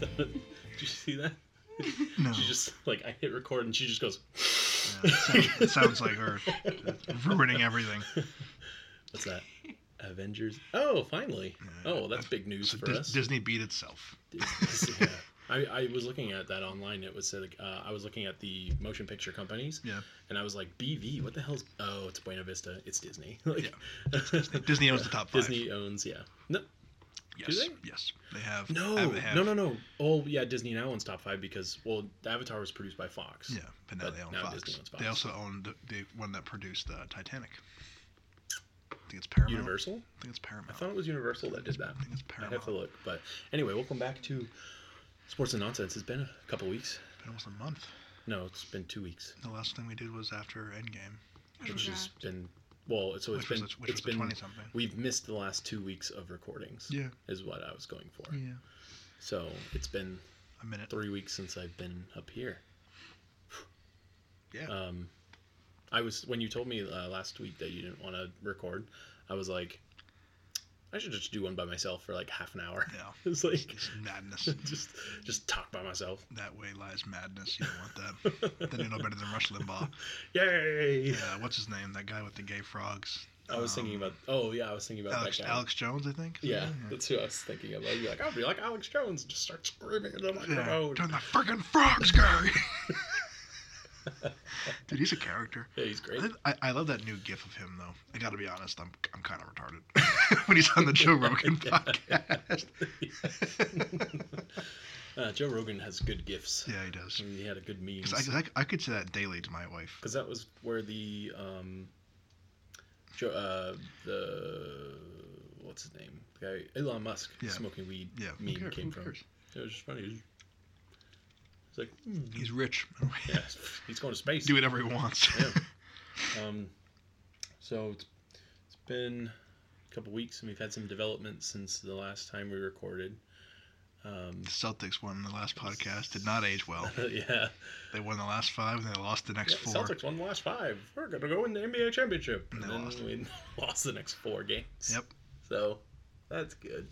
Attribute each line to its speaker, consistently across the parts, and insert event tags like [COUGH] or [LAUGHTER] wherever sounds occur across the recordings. Speaker 1: That was- [LAUGHS] Did you see that?
Speaker 2: No,
Speaker 1: She just like I hit record and she just goes.
Speaker 2: [LAUGHS] yeah, it, sounds, it sounds like her ruining everything.
Speaker 1: [LAUGHS] What's that? Avengers. Oh, finally. Oh, that's big news
Speaker 2: So
Speaker 1: for
Speaker 2: Dis-
Speaker 1: us.
Speaker 2: Disney beat itself.
Speaker 1: yeah. I, I was looking at that online. It was said, like, uh, I was looking at the motion picture companies.
Speaker 2: Yeah.
Speaker 1: And I was like, BV, what the hell's? Oh, it's Buena Vista. It's Disney. [LAUGHS] Like, [LAUGHS]
Speaker 2: Disney owns the top five.
Speaker 1: Disney owns. Yeah. No,
Speaker 2: yes,
Speaker 1: do they?
Speaker 2: yes, they have.
Speaker 1: no,
Speaker 2: have- they have-
Speaker 1: no, no, no. Oh, yeah. Disney now owns top five because well, Avatar was produced by Fox.
Speaker 2: Yeah, but now
Speaker 1: But
Speaker 2: they own
Speaker 1: now
Speaker 2: Fox.
Speaker 1: Disney owns
Speaker 2: They
Speaker 1: Fox.
Speaker 2: also own the, the one that produced uh, Titanic. I think it's Paramount.
Speaker 1: Universal.
Speaker 2: I think it's Paramount.
Speaker 1: I thought it was Universal that did that.
Speaker 2: I think it's
Speaker 1: I
Speaker 2: Paramount.
Speaker 1: have to look. But anyway, welcome back to Sports and Nonsense. It's been a couple weeks.
Speaker 2: It's been almost a month.
Speaker 1: No, it's been two weeks.
Speaker 2: The last thing we did was after Endgame,
Speaker 1: Which has been well. So it's
Speaker 2: which was
Speaker 1: been
Speaker 2: the- which
Speaker 1: it's
Speaker 2: was the
Speaker 1: been
Speaker 2: twenty something.
Speaker 1: we've missed the last two weeks of recordings.
Speaker 2: Yeah,
Speaker 1: Is what I was going for.
Speaker 2: yeah.
Speaker 1: So it's been
Speaker 2: A minute.
Speaker 1: three weeks since I've been up here.
Speaker 2: Yeah.
Speaker 1: Um, I was when you told me uh, last week that you didn't want to record. I was like, I should just do one by myself for like half an hour. [LAUGHS]
Speaker 2: No,
Speaker 1: it's like
Speaker 2: it's madness.
Speaker 1: [LAUGHS] just just talk by myself.
Speaker 2: that way lies madness. You don't want that. then you know better than Rush Limbaugh.
Speaker 1: [LAUGHS] Yay!
Speaker 2: Yeah, uh, what's his name? That guy with the gay frogs.
Speaker 1: I was thinking
Speaker 2: Um,
Speaker 1: about. Oh yeah, I was thinking about
Speaker 2: Alex,
Speaker 1: that guy.
Speaker 2: Alex Jones, I think. is
Speaker 1: yeah,
Speaker 2: his name?
Speaker 1: [LAUGHS] that's who I was thinking of. I'd be like, I'll be like Alex Jones, just start screaming in the
Speaker 2: Yeah,
Speaker 1: microphone.
Speaker 2: turn the freaking frogs gay.
Speaker 1: [LAUGHS]
Speaker 2: Dude, he's a character.
Speaker 1: Yeah, he's great.
Speaker 2: I, I love that new GIF of him though. I gotta be honest, I'm I'm kind of retarded [LAUGHS] when he's on the
Speaker 1: [LAUGHS]
Speaker 2: Joe Rogan podcast.
Speaker 1: Uh, Joe Rogan has good gifts.
Speaker 2: yeah, he does.
Speaker 1: He had a good meme.
Speaker 2: Because I, I, I could say that daily to my wife.
Speaker 1: because that was where the um, Joe, uh, the what's his name, the guy Elon Musk
Speaker 2: Yeah.
Speaker 1: smoking weed
Speaker 2: Yeah, who
Speaker 1: meme
Speaker 2: care-
Speaker 1: came
Speaker 2: who
Speaker 1: from.
Speaker 2: cares?
Speaker 1: It was just funny. It's like mm, [LAUGHS]
Speaker 2: He's rich.
Speaker 1: yeah, he's going to space.
Speaker 2: [LAUGHS] Do whatever he wants.
Speaker 1: Yeah. Um, so it's, it's been a couple weeks, and we've had some developments since the last time we recorded. Um, [LAUGHS]
Speaker 2: [LAUGHS] the Celtics won the last podcast. Did not age well.
Speaker 1: yeah,
Speaker 2: They won the last five and they lost the next
Speaker 1: yeah
Speaker 2: four.
Speaker 1: Celtics won the last five. We're gonna go win the NBA championship,
Speaker 2: And
Speaker 1: and
Speaker 2: they
Speaker 1: then
Speaker 2: lost.
Speaker 1: we [LAUGHS] lost the next four games.
Speaker 2: Yep.
Speaker 1: So that's good.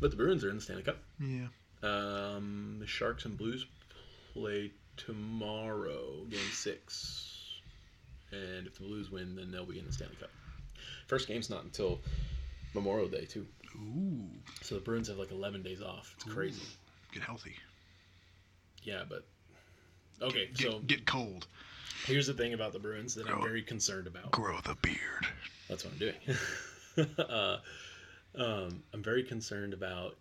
Speaker 1: But the Bruins are in the Stanley Cup.
Speaker 2: Yeah.
Speaker 1: Um, the Sharks and Blues play tomorrow, game six. And if the Blues win, then they'll be in the Stanley Cup. First game's not until Memorial Day, too.
Speaker 2: Ooh.
Speaker 1: So the Bruins have like 11 days off. It's
Speaker 2: Ooh.
Speaker 1: crazy.
Speaker 2: Get healthy.
Speaker 1: Yeah, but. Okay,
Speaker 2: Get,
Speaker 1: so
Speaker 2: get cold.
Speaker 1: here's the thing about the Bruins that I'm
Speaker 2: Grow-
Speaker 1: very concerned about.
Speaker 2: Grow the beard.
Speaker 1: That's what I'm doing. [LAUGHS] uh, um, I'm very concerned about.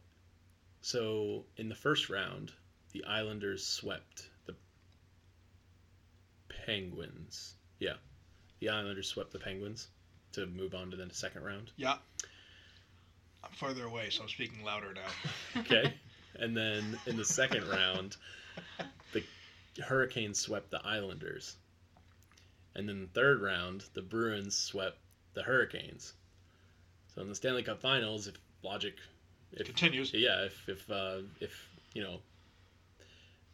Speaker 1: So in the first round, the Islanders swept the Penguins. Yeah, the Islanders swept the Penguins to move on to the second round.
Speaker 2: Yeah. I'm farther away, so I'm speaking louder now.
Speaker 1: Okay, and then in the second round, the Hurricanes swept the Islanders. And then the third round, the Bruins swept the Hurricanes. So in the Stanley Cup Finals, if logic, [LAUGHS] if
Speaker 2: Continues.
Speaker 1: yeah, if if uh, if you know,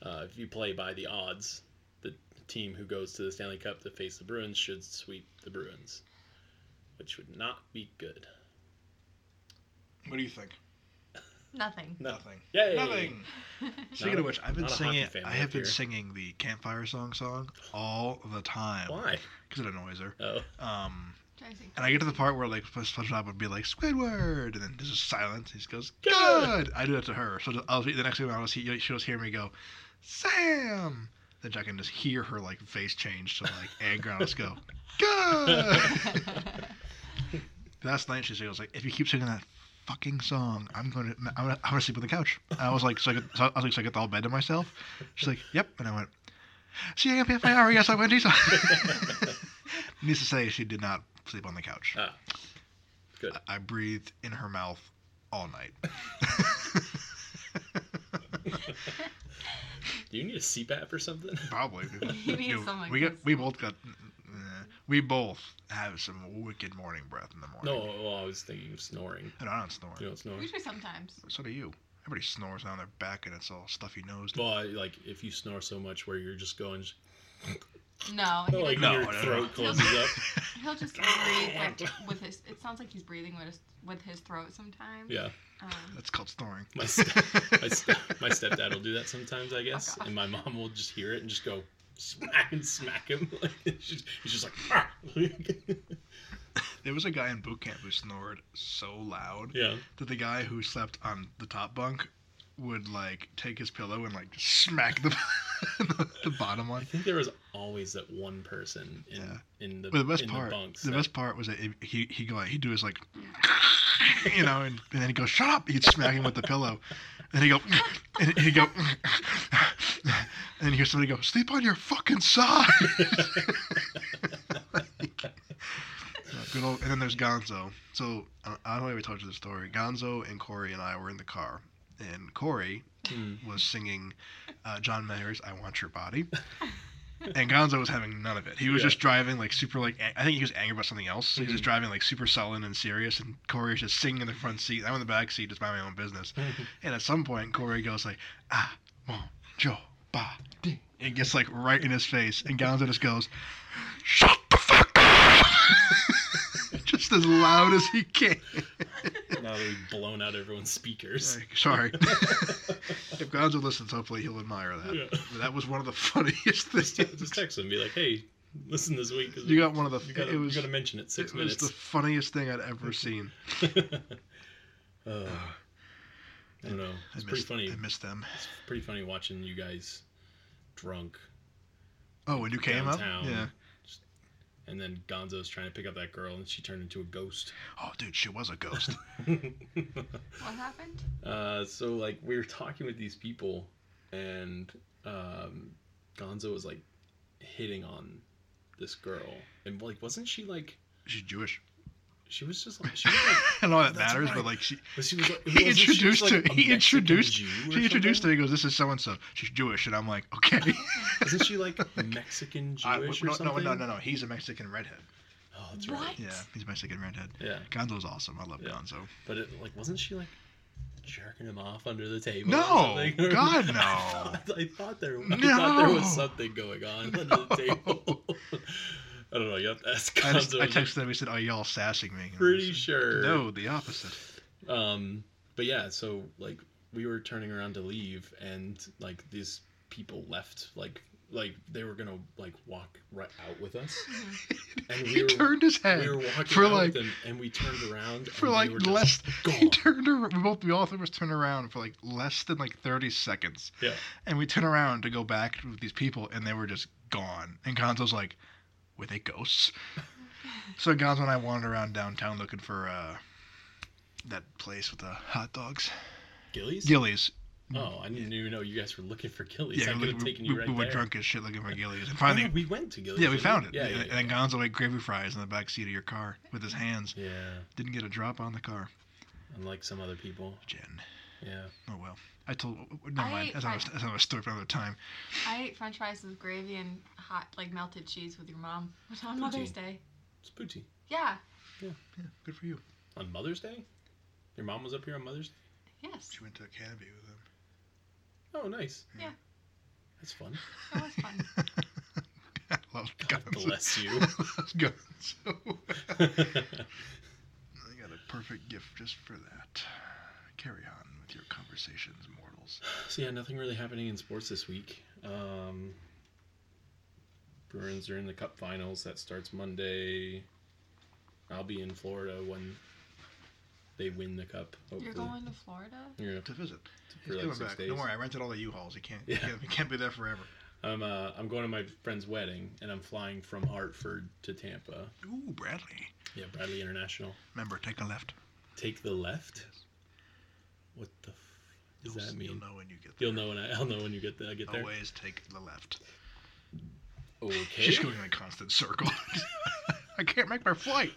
Speaker 1: uh, if you play by the odds, the team who goes to the Stanley Cup to face the Bruins should sweep the Bruins, which would not be good.
Speaker 2: What do you think?
Speaker 1: [LAUGHS]
Speaker 3: Nothing. [LAUGHS]
Speaker 1: No.
Speaker 2: Nothing.
Speaker 1: Yay!
Speaker 2: Nothing. Speaking
Speaker 1: Not a-
Speaker 2: of which, I've been
Speaker 1: not a
Speaker 2: singing.
Speaker 1: hockey fan
Speaker 2: I
Speaker 1: up
Speaker 2: have been
Speaker 1: here.
Speaker 2: singing the campfire song song all the time
Speaker 1: Why?
Speaker 2: because it annoys her.
Speaker 1: Oh,
Speaker 2: Um,
Speaker 3: Drives me
Speaker 2: and I get to the part where like SpongeBob would be like Squidward, and then there's just silence. He just goes
Speaker 1: Good.
Speaker 2: Good. I do that to her. So I'll be the next thing I'll see, she'll just hear me go Sam. Then I can just hear her like face change to like anger. and I'll just go
Speaker 4: [LAUGHS]
Speaker 2: Good.
Speaker 3: crazy.
Speaker 2: Last night she said, I was like, if you keep singing that fucking song, I'm going to, I'm going to, I'm going to sleep on the couch. I was like, so I, could, so I was like, so I get the whole bed to myself. She's like, yep. And I went, see you again, PFIR. Yes, I went [LAUGHS] to Needs to say, she did not sleep on the couch.
Speaker 1: Ah. Good.
Speaker 2: I, I breathed in her mouth all night.
Speaker 1: do you need a CPAP or something? [LAUGHS]
Speaker 2: Probably.
Speaker 3: You need someone
Speaker 2: we got,
Speaker 3: close
Speaker 2: we
Speaker 3: by.
Speaker 2: both got, eh, we both have some wicked morning breath in the
Speaker 1: No,
Speaker 2: morning.
Speaker 1: well, I was thinking of snoring.
Speaker 2: No, I don't snore.
Speaker 1: You don't snore.
Speaker 3: [LAUGHS] we do sometimes.
Speaker 2: So do you. Everybody snores down their back and it's all stuffy nosed.
Speaker 1: Well, I, like if you snore so much where you're just going, just- [LAUGHS]
Speaker 3: No, he
Speaker 1: But,
Speaker 3: doesn't.
Speaker 1: like
Speaker 2: No,
Speaker 1: your
Speaker 2: no, no.
Speaker 1: throat closes [LAUGHS] up.
Speaker 3: he'll just breathe like with his. It sounds like he's breathing with his with his throat sometimes.
Speaker 1: Yeah,
Speaker 2: [LAUGHS]
Speaker 3: Um,
Speaker 2: That's called
Speaker 1: [LAUGHS]
Speaker 2: snoring.
Speaker 1: my st- my, st- my stepdad will do that sometimes, I guess,
Speaker 3: God.
Speaker 1: and my mom will just hear it and just go smack and smack him. [LAUGHS] Like she's, he's just like. "Ah."
Speaker 2: [LAUGHS]
Speaker 1: [LAUGHS]
Speaker 2: there was a guy in boot camp who snored so loud
Speaker 1: yeah.
Speaker 2: that the guy who slept on the top bunk would like take his pillow and like smack the [LAUGHS] the bottom
Speaker 1: I
Speaker 2: one.
Speaker 1: think there was always that one person in
Speaker 2: Yeah.
Speaker 1: in the,
Speaker 2: But the best
Speaker 1: in
Speaker 2: part,
Speaker 1: the bunks.
Speaker 2: the
Speaker 1: that-
Speaker 2: best part was that it, he he go like, he'd do his like, [LAUGHS] you know, and, and then he'd go shut up. He'd smack him with the pillow, and he'd go, [LAUGHS] and he'd go, [LAUGHS] and hear somebody go sleep on your fucking side. [LAUGHS]
Speaker 1: [LAUGHS]
Speaker 2: Uh, Good old, and then there's Gonzo. So I I don't know if I told you this story. Gonzo and Corey and I were in the car, and Corey
Speaker 1: Mm.
Speaker 2: was singing uh, John Mayer's "I Want Your Body," and Gonzo was having none of it. He was
Speaker 1: Yeah.
Speaker 2: just driving like super like a- I think he was angry about something else. So He was just driving like super sullen and serious, and Corey was just singing in the front seat. I'm in the back seat, just by my own business. And at some point, Corey goes like, "Ah, mom, Joe, body," and gets like right in his face, and Gonzo just goes, "Shut the fuck up!" [LAUGHS] just as loud as he can.
Speaker 1: now they've blown out everyone's speakers.
Speaker 2: Like, sorry. [LAUGHS] if Gonzo listens, hopefully he'll admire that.
Speaker 1: [LAUGHS] Yeah.
Speaker 2: But That was one of the [LAUGHS] funniest
Speaker 1: Just, te-
Speaker 2: things. [LAUGHS]
Speaker 1: just text them, be like, "Hey, listen this week 'cause
Speaker 2: You got one of the.
Speaker 1: we gotta,
Speaker 2: it was,
Speaker 1: we gotta mention it six
Speaker 2: it was the
Speaker 1: minutes."
Speaker 2: funniest thing I'd ever seen.
Speaker 1: [LAUGHS] Uh,
Speaker 2: [SIGHS]
Speaker 1: I don't know.
Speaker 2: I
Speaker 1: It's pretty
Speaker 2: missed-
Speaker 1: funny.
Speaker 2: I missed them.
Speaker 1: It's pretty funny watching you guys drunk
Speaker 2: Oh, when you came up?
Speaker 1: downtown.
Speaker 2: Yeah.
Speaker 1: And then Gonzo's trying to pick up that girl, and she turned into a ghost. [LAUGHS]
Speaker 2: Oh, dude, she was a ghost.
Speaker 3: what happened?
Speaker 1: Uh, so like we were talking with these people, and um, Gonzo was like hitting on this girl, and like wasn't she like
Speaker 2: She's Jewish. [LAUGHS]
Speaker 1: she was just like she was like
Speaker 2: I don't know if that
Speaker 1: That's
Speaker 2: matters,
Speaker 1: right.
Speaker 2: but like she,
Speaker 1: but she was like
Speaker 2: he
Speaker 1: wasn't she
Speaker 2: introduced
Speaker 1: just,
Speaker 2: her.
Speaker 1: like, a
Speaker 2: he
Speaker 1: Mexican
Speaker 2: introduced.
Speaker 1: Jew or
Speaker 2: She introduced her.
Speaker 1: something?
Speaker 2: He goes, "This is so and so. She's Jewish," and I'm like, "Okay." [LAUGHS]
Speaker 1: Isn't she like Mexican
Speaker 2: I-
Speaker 1: Jewish or
Speaker 2: no, no,
Speaker 1: something?
Speaker 2: no, no, no. He's a Mexican redhead.
Speaker 1: Oh, that's
Speaker 3: what?
Speaker 1: right.
Speaker 2: Yeah,
Speaker 1: [LAUGHS]
Speaker 2: he's a Mexican redhead.
Speaker 1: Yeah,
Speaker 2: Gonzo's awesome. I love
Speaker 1: Yeah.
Speaker 2: Gonzo.
Speaker 1: but it, like wasn't she like jerking him off under the table? or
Speaker 2: No,
Speaker 1: something? [LAUGHS]
Speaker 2: God,
Speaker 1: I
Speaker 2: no.
Speaker 1: thought- I thought there, I thought there was
Speaker 2: No.
Speaker 1: something going on under
Speaker 2: [LAUGHS]
Speaker 1: the table. [LAUGHS] I don't know. You have to ask
Speaker 2: I, just,
Speaker 1: Gonzo.
Speaker 2: I texted him. He said, "Are y'all sassing me?" And I
Speaker 1: pretty
Speaker 2: said,
Speaker 1: sure.
Speaker 2: No, the opposite.
Speaker 1: Um, but yeah, so like we were turning around to leave, and like these people left, like like they were gonna like walk right out with
Speaker 2: [LAUGHS]
Speaker 1: us, and we
Speaker 2: he
Speaker 1: were
Speaker 2: turned his head
Speaker 1: we were walking
Speaker 2: for
Speaker 1: out
Speaker 2: like
Speaker 1: with them, and we turned around
Speaker 2: for
Speaker 1: and they
Speaker 2: like
Speaker 1: were just
Speaker 2: less. [LAUGHS] He
Speaker 1: gone.
Speaker 2: turned. ar- We both we all three of us turned around for like less than like thirty seconds,
Speaker 1: Yeah,
Speaker 2: and we turn around to go back with these people, and they were just gone. And Gonzo's like, "Were they ghosts?" so Gonzo and I wandered around downtown looking for uh, that place with the hot dogs,
Speaker 1: Gillies.
Speaker 2: Gillies.
Speaker 1: Oh, I didn't even know you guys were looking for Gillies.
Speaker 2: Mm. Yeah,
Speaker 1: I
Speaker 2: we,
Speaker 1: could have
Speaker 2: we-
Speaker 1: taken you
Speaker 2: we-
Speaker 1: right
Speaker 2: we were
Speaker 1: there.
Speaker 2: drunk as shit
Speaker 1: [LAUGHS]
Speaker 2: looking for Gillies, and
Speaker 1: No,
Speaker 2: finally
Speaker 1: no, we went to Gillies.
Speaker 2: Yeah, we
Speaker 1: didn't
Speaker 2: found it.
Speaker 1: Yeah,
Speaker 2: and,
Speaker 1: yeah,
Speaker 2: and
Speaker 1: yeah.
Speaker 2: Gonzo ate gravy fries in the back seat of your car with his hands.
Speaker 1: Yeah,
Speaker 2: Didn't get a drop on the car.
Speaker 1: unlike some other people.
Speaker 2: Jen.
Speaker 1: Yeah.
Speaker 2: Oh well. I told. Never
Speaker 3: I
Speaker 2: mind.
Speaker 3: ate
Speaker 2: That's another,
Speaker 3: fri-
Speaker 2: that's another story for another time.
Speaker 3: I ate French fries with gravy and hot like melted cheese with your mom [LAUGHS] on Mother's Day.
Speaker 1: It's Poochie.
Speaker 3: Yeah.
Speaker 2: Yeah, good for you.
Speaker 1: On Mother's Day? Your mom was up here on Mother's Day?
Speaker 3: Yes.
Speaker 2: She went to a canopy with him.
Speaker 1: Oh, nice.
Speaker 3: Yeah.
Speaker 1: That's fun. [LAUGHS]
Speaker 3: That was Oh, fun.
Speaker 2: [LAUGHS] I love
Speaker 1: God
Speaker 2: Gonzo.
Speaker 1: bless you.
Speaker 2: [LAUGHS] I love
Speaker 1: [LAUGHS]
Speaker 2: [LAUGHS] Gonzo.
Speaker 1: I
Speaker 2: I got a perfect gift just for that. Carry on with your conversations, mortals.
Speaker 1: So yeah, nothing really happening in sports this week. Um, Bruins are in the Cup Finals. That starts Monday. I'll be in Florida when they win the Cup.
Speaker 3: You're
Speaker 1: Hopefully.
Speaker 3: going to Florida?
Speaker 1: Yeah,
Speaker 2: To visit.
Speaker 1: for
Speaker 2: He's
Speaker 1: like
Speaker 2: coming
Speaker 1: six
Speaker 2: back.
Speaker 1: days.
Speaker 2: Don't worry. I rented all the U-Hauls. He can't.
Speaker 1: Yeah.
Speaker 2: He can't, he can't be there forever.
Speaker 1: I'm uh, I'm going to my friend's wedding, and I'm flying from Hartford to Tampa.
Speaker 2: Ooh, Bradley.
Speaker 1: Yeah, Bradley International.
Speaker 2: Remember, take a left.
Speaker 1: Take the left. What the f- does
Speaker 2: You'll-
Speaker 1: that
Speaker 2: You'll
Speaker 1: mean?
Speaker 2: know when you get there.
Speaker 1: You'll know when I, I'll know when you get there. I get there.
Speaker 2: Always take the left. She's
Speaker 1: Okay.
Speaker 2: going in a constant circle. [LAUGHS] I can't make my flight.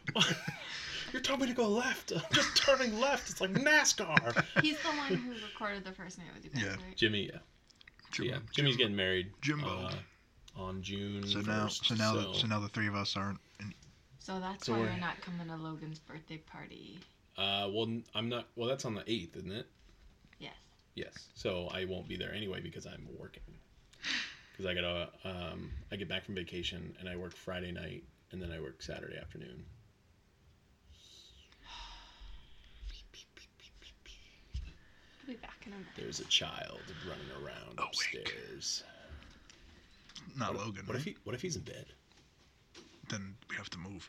Speaker 1: [LAUGHS] You're telling me to go left. I'm just
Speaker 2: [LAUGHS]
Speaker 1: turning left. It's like NASCAR.
Speaker 3: [LAUGHS] He's the one who recorded the first night with you guys,
Speaker 2: Yeah.
Speaker 3: right?
Speaker 1: Jimmy, yeah, yeah. Jimmy's getting married.
Speaker 2: Jimbo.
Speaker 1: uh, on June.
Speaker 2: So now,
Speaker 1: 1st,
Speaker 2: so now, so now the three of us aren't. In,
Speaker 3: So that's
Speaker 1: So
Speaker 3: why
Speaker 1: we're-
Speaker 3: you're not coming to Logan's birthday party.
Speaker 1: uh, well, I'm not. Well, that's on the eighth, isn't it?
Speaker 3: Yes.
Speaker 1: Yes. So I won't be there anyway because I'm working. because I gotta um, I get back from vacation and I work Friday night and then I work Saturday afternoon.
Speaker 3: We'll be back in a minute.
Speaker 1: There's a child running around
Speaker 2: Awake.
Speaker 1: upstairs.
Speaker 2: Oh, Not
Speaker 1: What-
Speaker 2: Logan.
Speaker 1: What if
Speaker 2: right?
Speaker 1: he What if he's in
Speaker 2: [LAUGHS]
Speaker 1: bed?
Speaker 2: Then we have
Speaker 1: [LAUGHS]
Speaker 2: to move.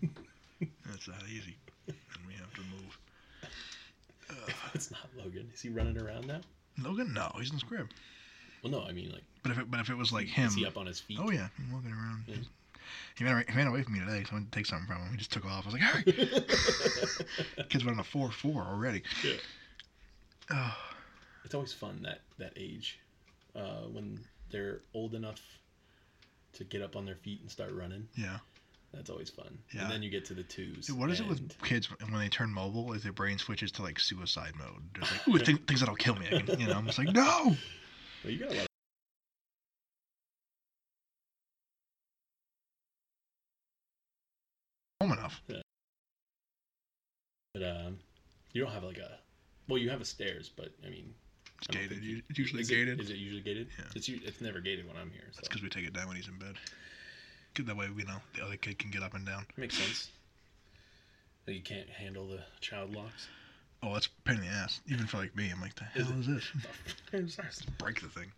Speaker 2: That's that easy. And we have to move. Uh,
Speaker 1: [LAUGHS] it's not Logan. Is he running around now?
Speaker 2: Logan? No, he's in the crib.
Speaker 1: Well, no. I mean, like,
Speaker 2: But if it, but if it was like him,
Speaker 1: is he up on his feet?
Speaker 2: oh yeah, he's walking around.
Speaker 1: Yeah.
Speaker 2: He ran, he ran away from me today. Someone took something from him. He just took off. I was like, hurry! Kids went on a four four already.
Speaker 1: [LAUGHS] Yeah.
Speaker 2: Oh,
Speaker 1: it's always fun that that age, uh, when they're old enough to get up on their feet and start running.
Speaker 2: yeah.
Speaker 1: That's always fun.
Speaker 2: Yeah.
Speaker 1: And then you get to the twos.
Speaker 2: Dude, What is it
Speaker 1: and-
Speaker 2: with kids when they turn mobile? Is their brain switches to like suicide mode?
Speaker 1: [LAUGHS]
Speaker 2: Just like, ooh, th- things that'll kill me. I can, you know, I'm just like, no.
Speaker 1: Well, you got a lot. Of...
Speaker 2: Home enough.
Speaker 1: But, um, you don't have like a. Well, you have a stairs, but I mean,
Speaker 2: It's
Speaker 1: I don't
Speaker 2: gated.
Speaker 1: think
Speaker 2: u-
Speaker 1: you-
Speaker 2: It's usually
Speaker 1: is
Speaker 2: gated.
Speaker 1: It, is it usually gated?
Speaker 2: Yeah.
Speaker 1: It's u- it's never gated when I'm here. So
Speaker 2: That's because we take it down when he's in bed. 'Cause that way, you know, the other kid can get up and down.
Speaker 1: makes sense. That you can't handle the child
Speaker 2: [LAUGHS]
Speaker 1: locks.
Speaker 2: Oh, that's a pain in the ass. Even for like me, I'm like, the
Speaker 1: Is
Speaker 2: hell is this? [LAUGHS]
Speaker 1: I'm sorry.
Speaker 2: Break the thing.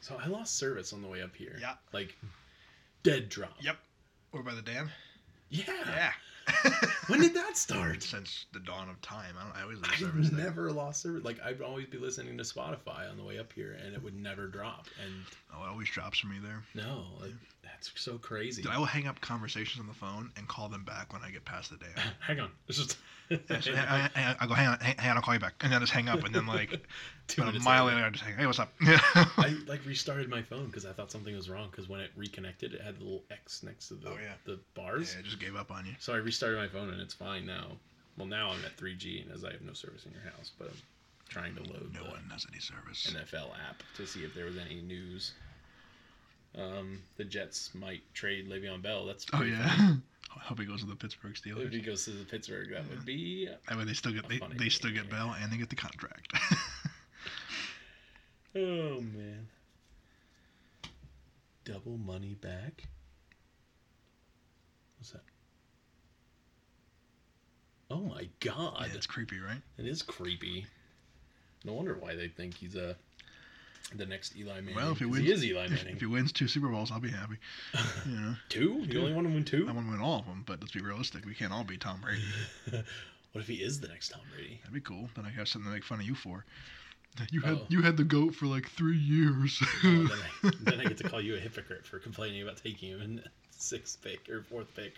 Speaker 1: So I lost service on the way up here.
Speaker 2: Yeah.
Speaker 1: Like, dead drop.
Speaker 2: Yep. Over by
Speaker 1: [SIGHS]
Speaker 2: the dam.
Speaker 1: Yeah.
Speaker 2: Yeah.
Speaker 1: When did that
Speaker 2: [LAUGHS]
Speaker 1: start?
Speaker 2: Since the dawn of time, I, don't, I always lose service
Speaker 1: I've
Speaker 2: there.
Speaker 1: never lost service. Like I'd always be listening to Spotify on the way up here, and it would never drop. And
Speaker 2: Oh, it always drops for me there.
Speaker 1: no, like, that's so crazy.
Speaker 2: Dude, I will hang up conversations on the phone and call them back when I get past the dam.
Speaker 1: [LAUGHS] Hang on. It's just [LAUGHS]
Speaker 2: Yeah, so I, I, I- I go, hang on, hang, hang on, I'll call you back, and then I just hang up, and then [LAUGHS] like
Speaker 1: Two
Speaker 2: about a
Speaker 1: minutes
Speaker 2: mile
Speaker 1: later.
Speaker 2: later, I just hang, hey, what's up? [LAUGHS]
Speaker 1: I like restarted my phone because I thought something was wrong. Because when it reconnected, it had the little X next to the
Speaker 2: Oh, yeah.
Speaker 1: the
Speaker 2: Yeah,
Speaker 1: bars.
Speaker 2: I just gave up on you.
Speaker 1: So I restarted my phone and it's fine now. Well, now I'm at 3G and as I have no service in your house, but I'm trying to load
Speaker 2: No
Speaker 1: the
Speaker 2: one has any service.
Speaker 1: NFL app to see if there was any news. Um, the Jets might trade Le'Veon Bell. That's
Speaker 2: Oh
Speaker 1: pretty
Speaker 2: yeah. [LAUGHS]
Speaker 1: funny.
Speaker 2: I hope he goes to the Pittsburgh
Speaker 1: If he
Speaker 2: Steelers.
Speaker 1: goes to the Pittsburgh, that would be.
Speaker 2: That way they still get
Speaker 1: A
Speaker 2: they,
Speaker 1: funny
Speaker 2: they still
Speaker 1: game.
Speaker 2: get Bell and they get the contract. [LAUGHS]
Speaker 1: Oh
Speaker 2: Mm.
Speaker 1: man. Double money back. What's that? Oh my
Speaker 2: yeah,
Speaker 1: god.
Speaker 2: it's creepy, right?
Speaker 1: It is creepy. No wonder why they think he's uh, the next Eli Manning.
Speaker 2: Well, if he
Speaker 1: 'cause
Speaker 2: wins,
Speaker 1: he is Eli
Speaker 2: [LAUGHS] if-
Speaker 1: Manning.
Speaker 2: If he wins two Super Bowls, I'll
Speaker 1: [LAUGHS]
Speaker 2: be happy. You know,
Speaker 1: two? You only want to win two? [LAUGHS]
Speaker 2: I want to win all of them, but let's be realistic. We can't all be Tom Brady.
Speaker 1: What if he is the next Tom
Speaker 2: [LAUGHS]
Speaker 1: Brady?
Speaker 2: That'd be cool. Then I have something to make fun of you for. You had
Speaker 1: Oh.
Speaker 2: you had the goat for like three years. [LAUGHS]
Speaker 1: Oh, then, I, then I get to call you a hypocrite for complaining about taking him in sixth pick or fourth pick.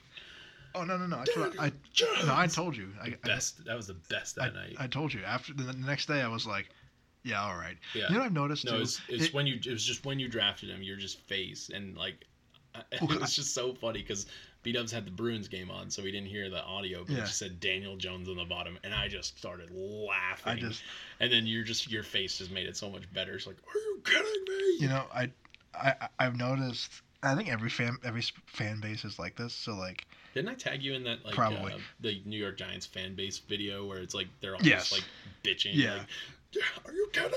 Speaker 2: oh no no no! That's what I,
Speaker 1: Jones.
Speaker 2: no, I told you. I, I,
Speaker 1: best. That was the best
Speaker 2: I,
Speaker 1: that night.
Speaker 2: I told you. After the, the next day, I was like, yeah, all right.
Speaker 1: yeah.
Speaker 2: You know what I've noticed
Speaker 1: no,
Speaker 2: too?
Speaker 1: it's it's
Speaker 2: It-
Speaker 1: when you it was just when you drafted him. You're just face and like. I- [LAUGHS]
Speaker 2: Well,
Speaker 1: It was just so funny because B Dubs had the Bruins game on, so we didn't hear the audio, but
Speaker 2: Yeah.
Speaker 1: it just said Daniel Jones on the bottom, and I just started laughing.
Speaker 2: I just
Speaker 1: and then you're just your face just made it so much better. It's like, are you kidding me?
Speaker 2: you know I, I I- I've noticed. I think every fan every s- fan base is like this. So like
Speaker 1: Didn't I tag you in that like
Speaker 2: Probably.
Speaker 1: Uh, the New York Giants fan base video where it's like they're all
Speaker 2: Yes.
Speaker 1: just like bitching?
Speaker 2: Yeah.
Speaker 1: Like, are you kidding?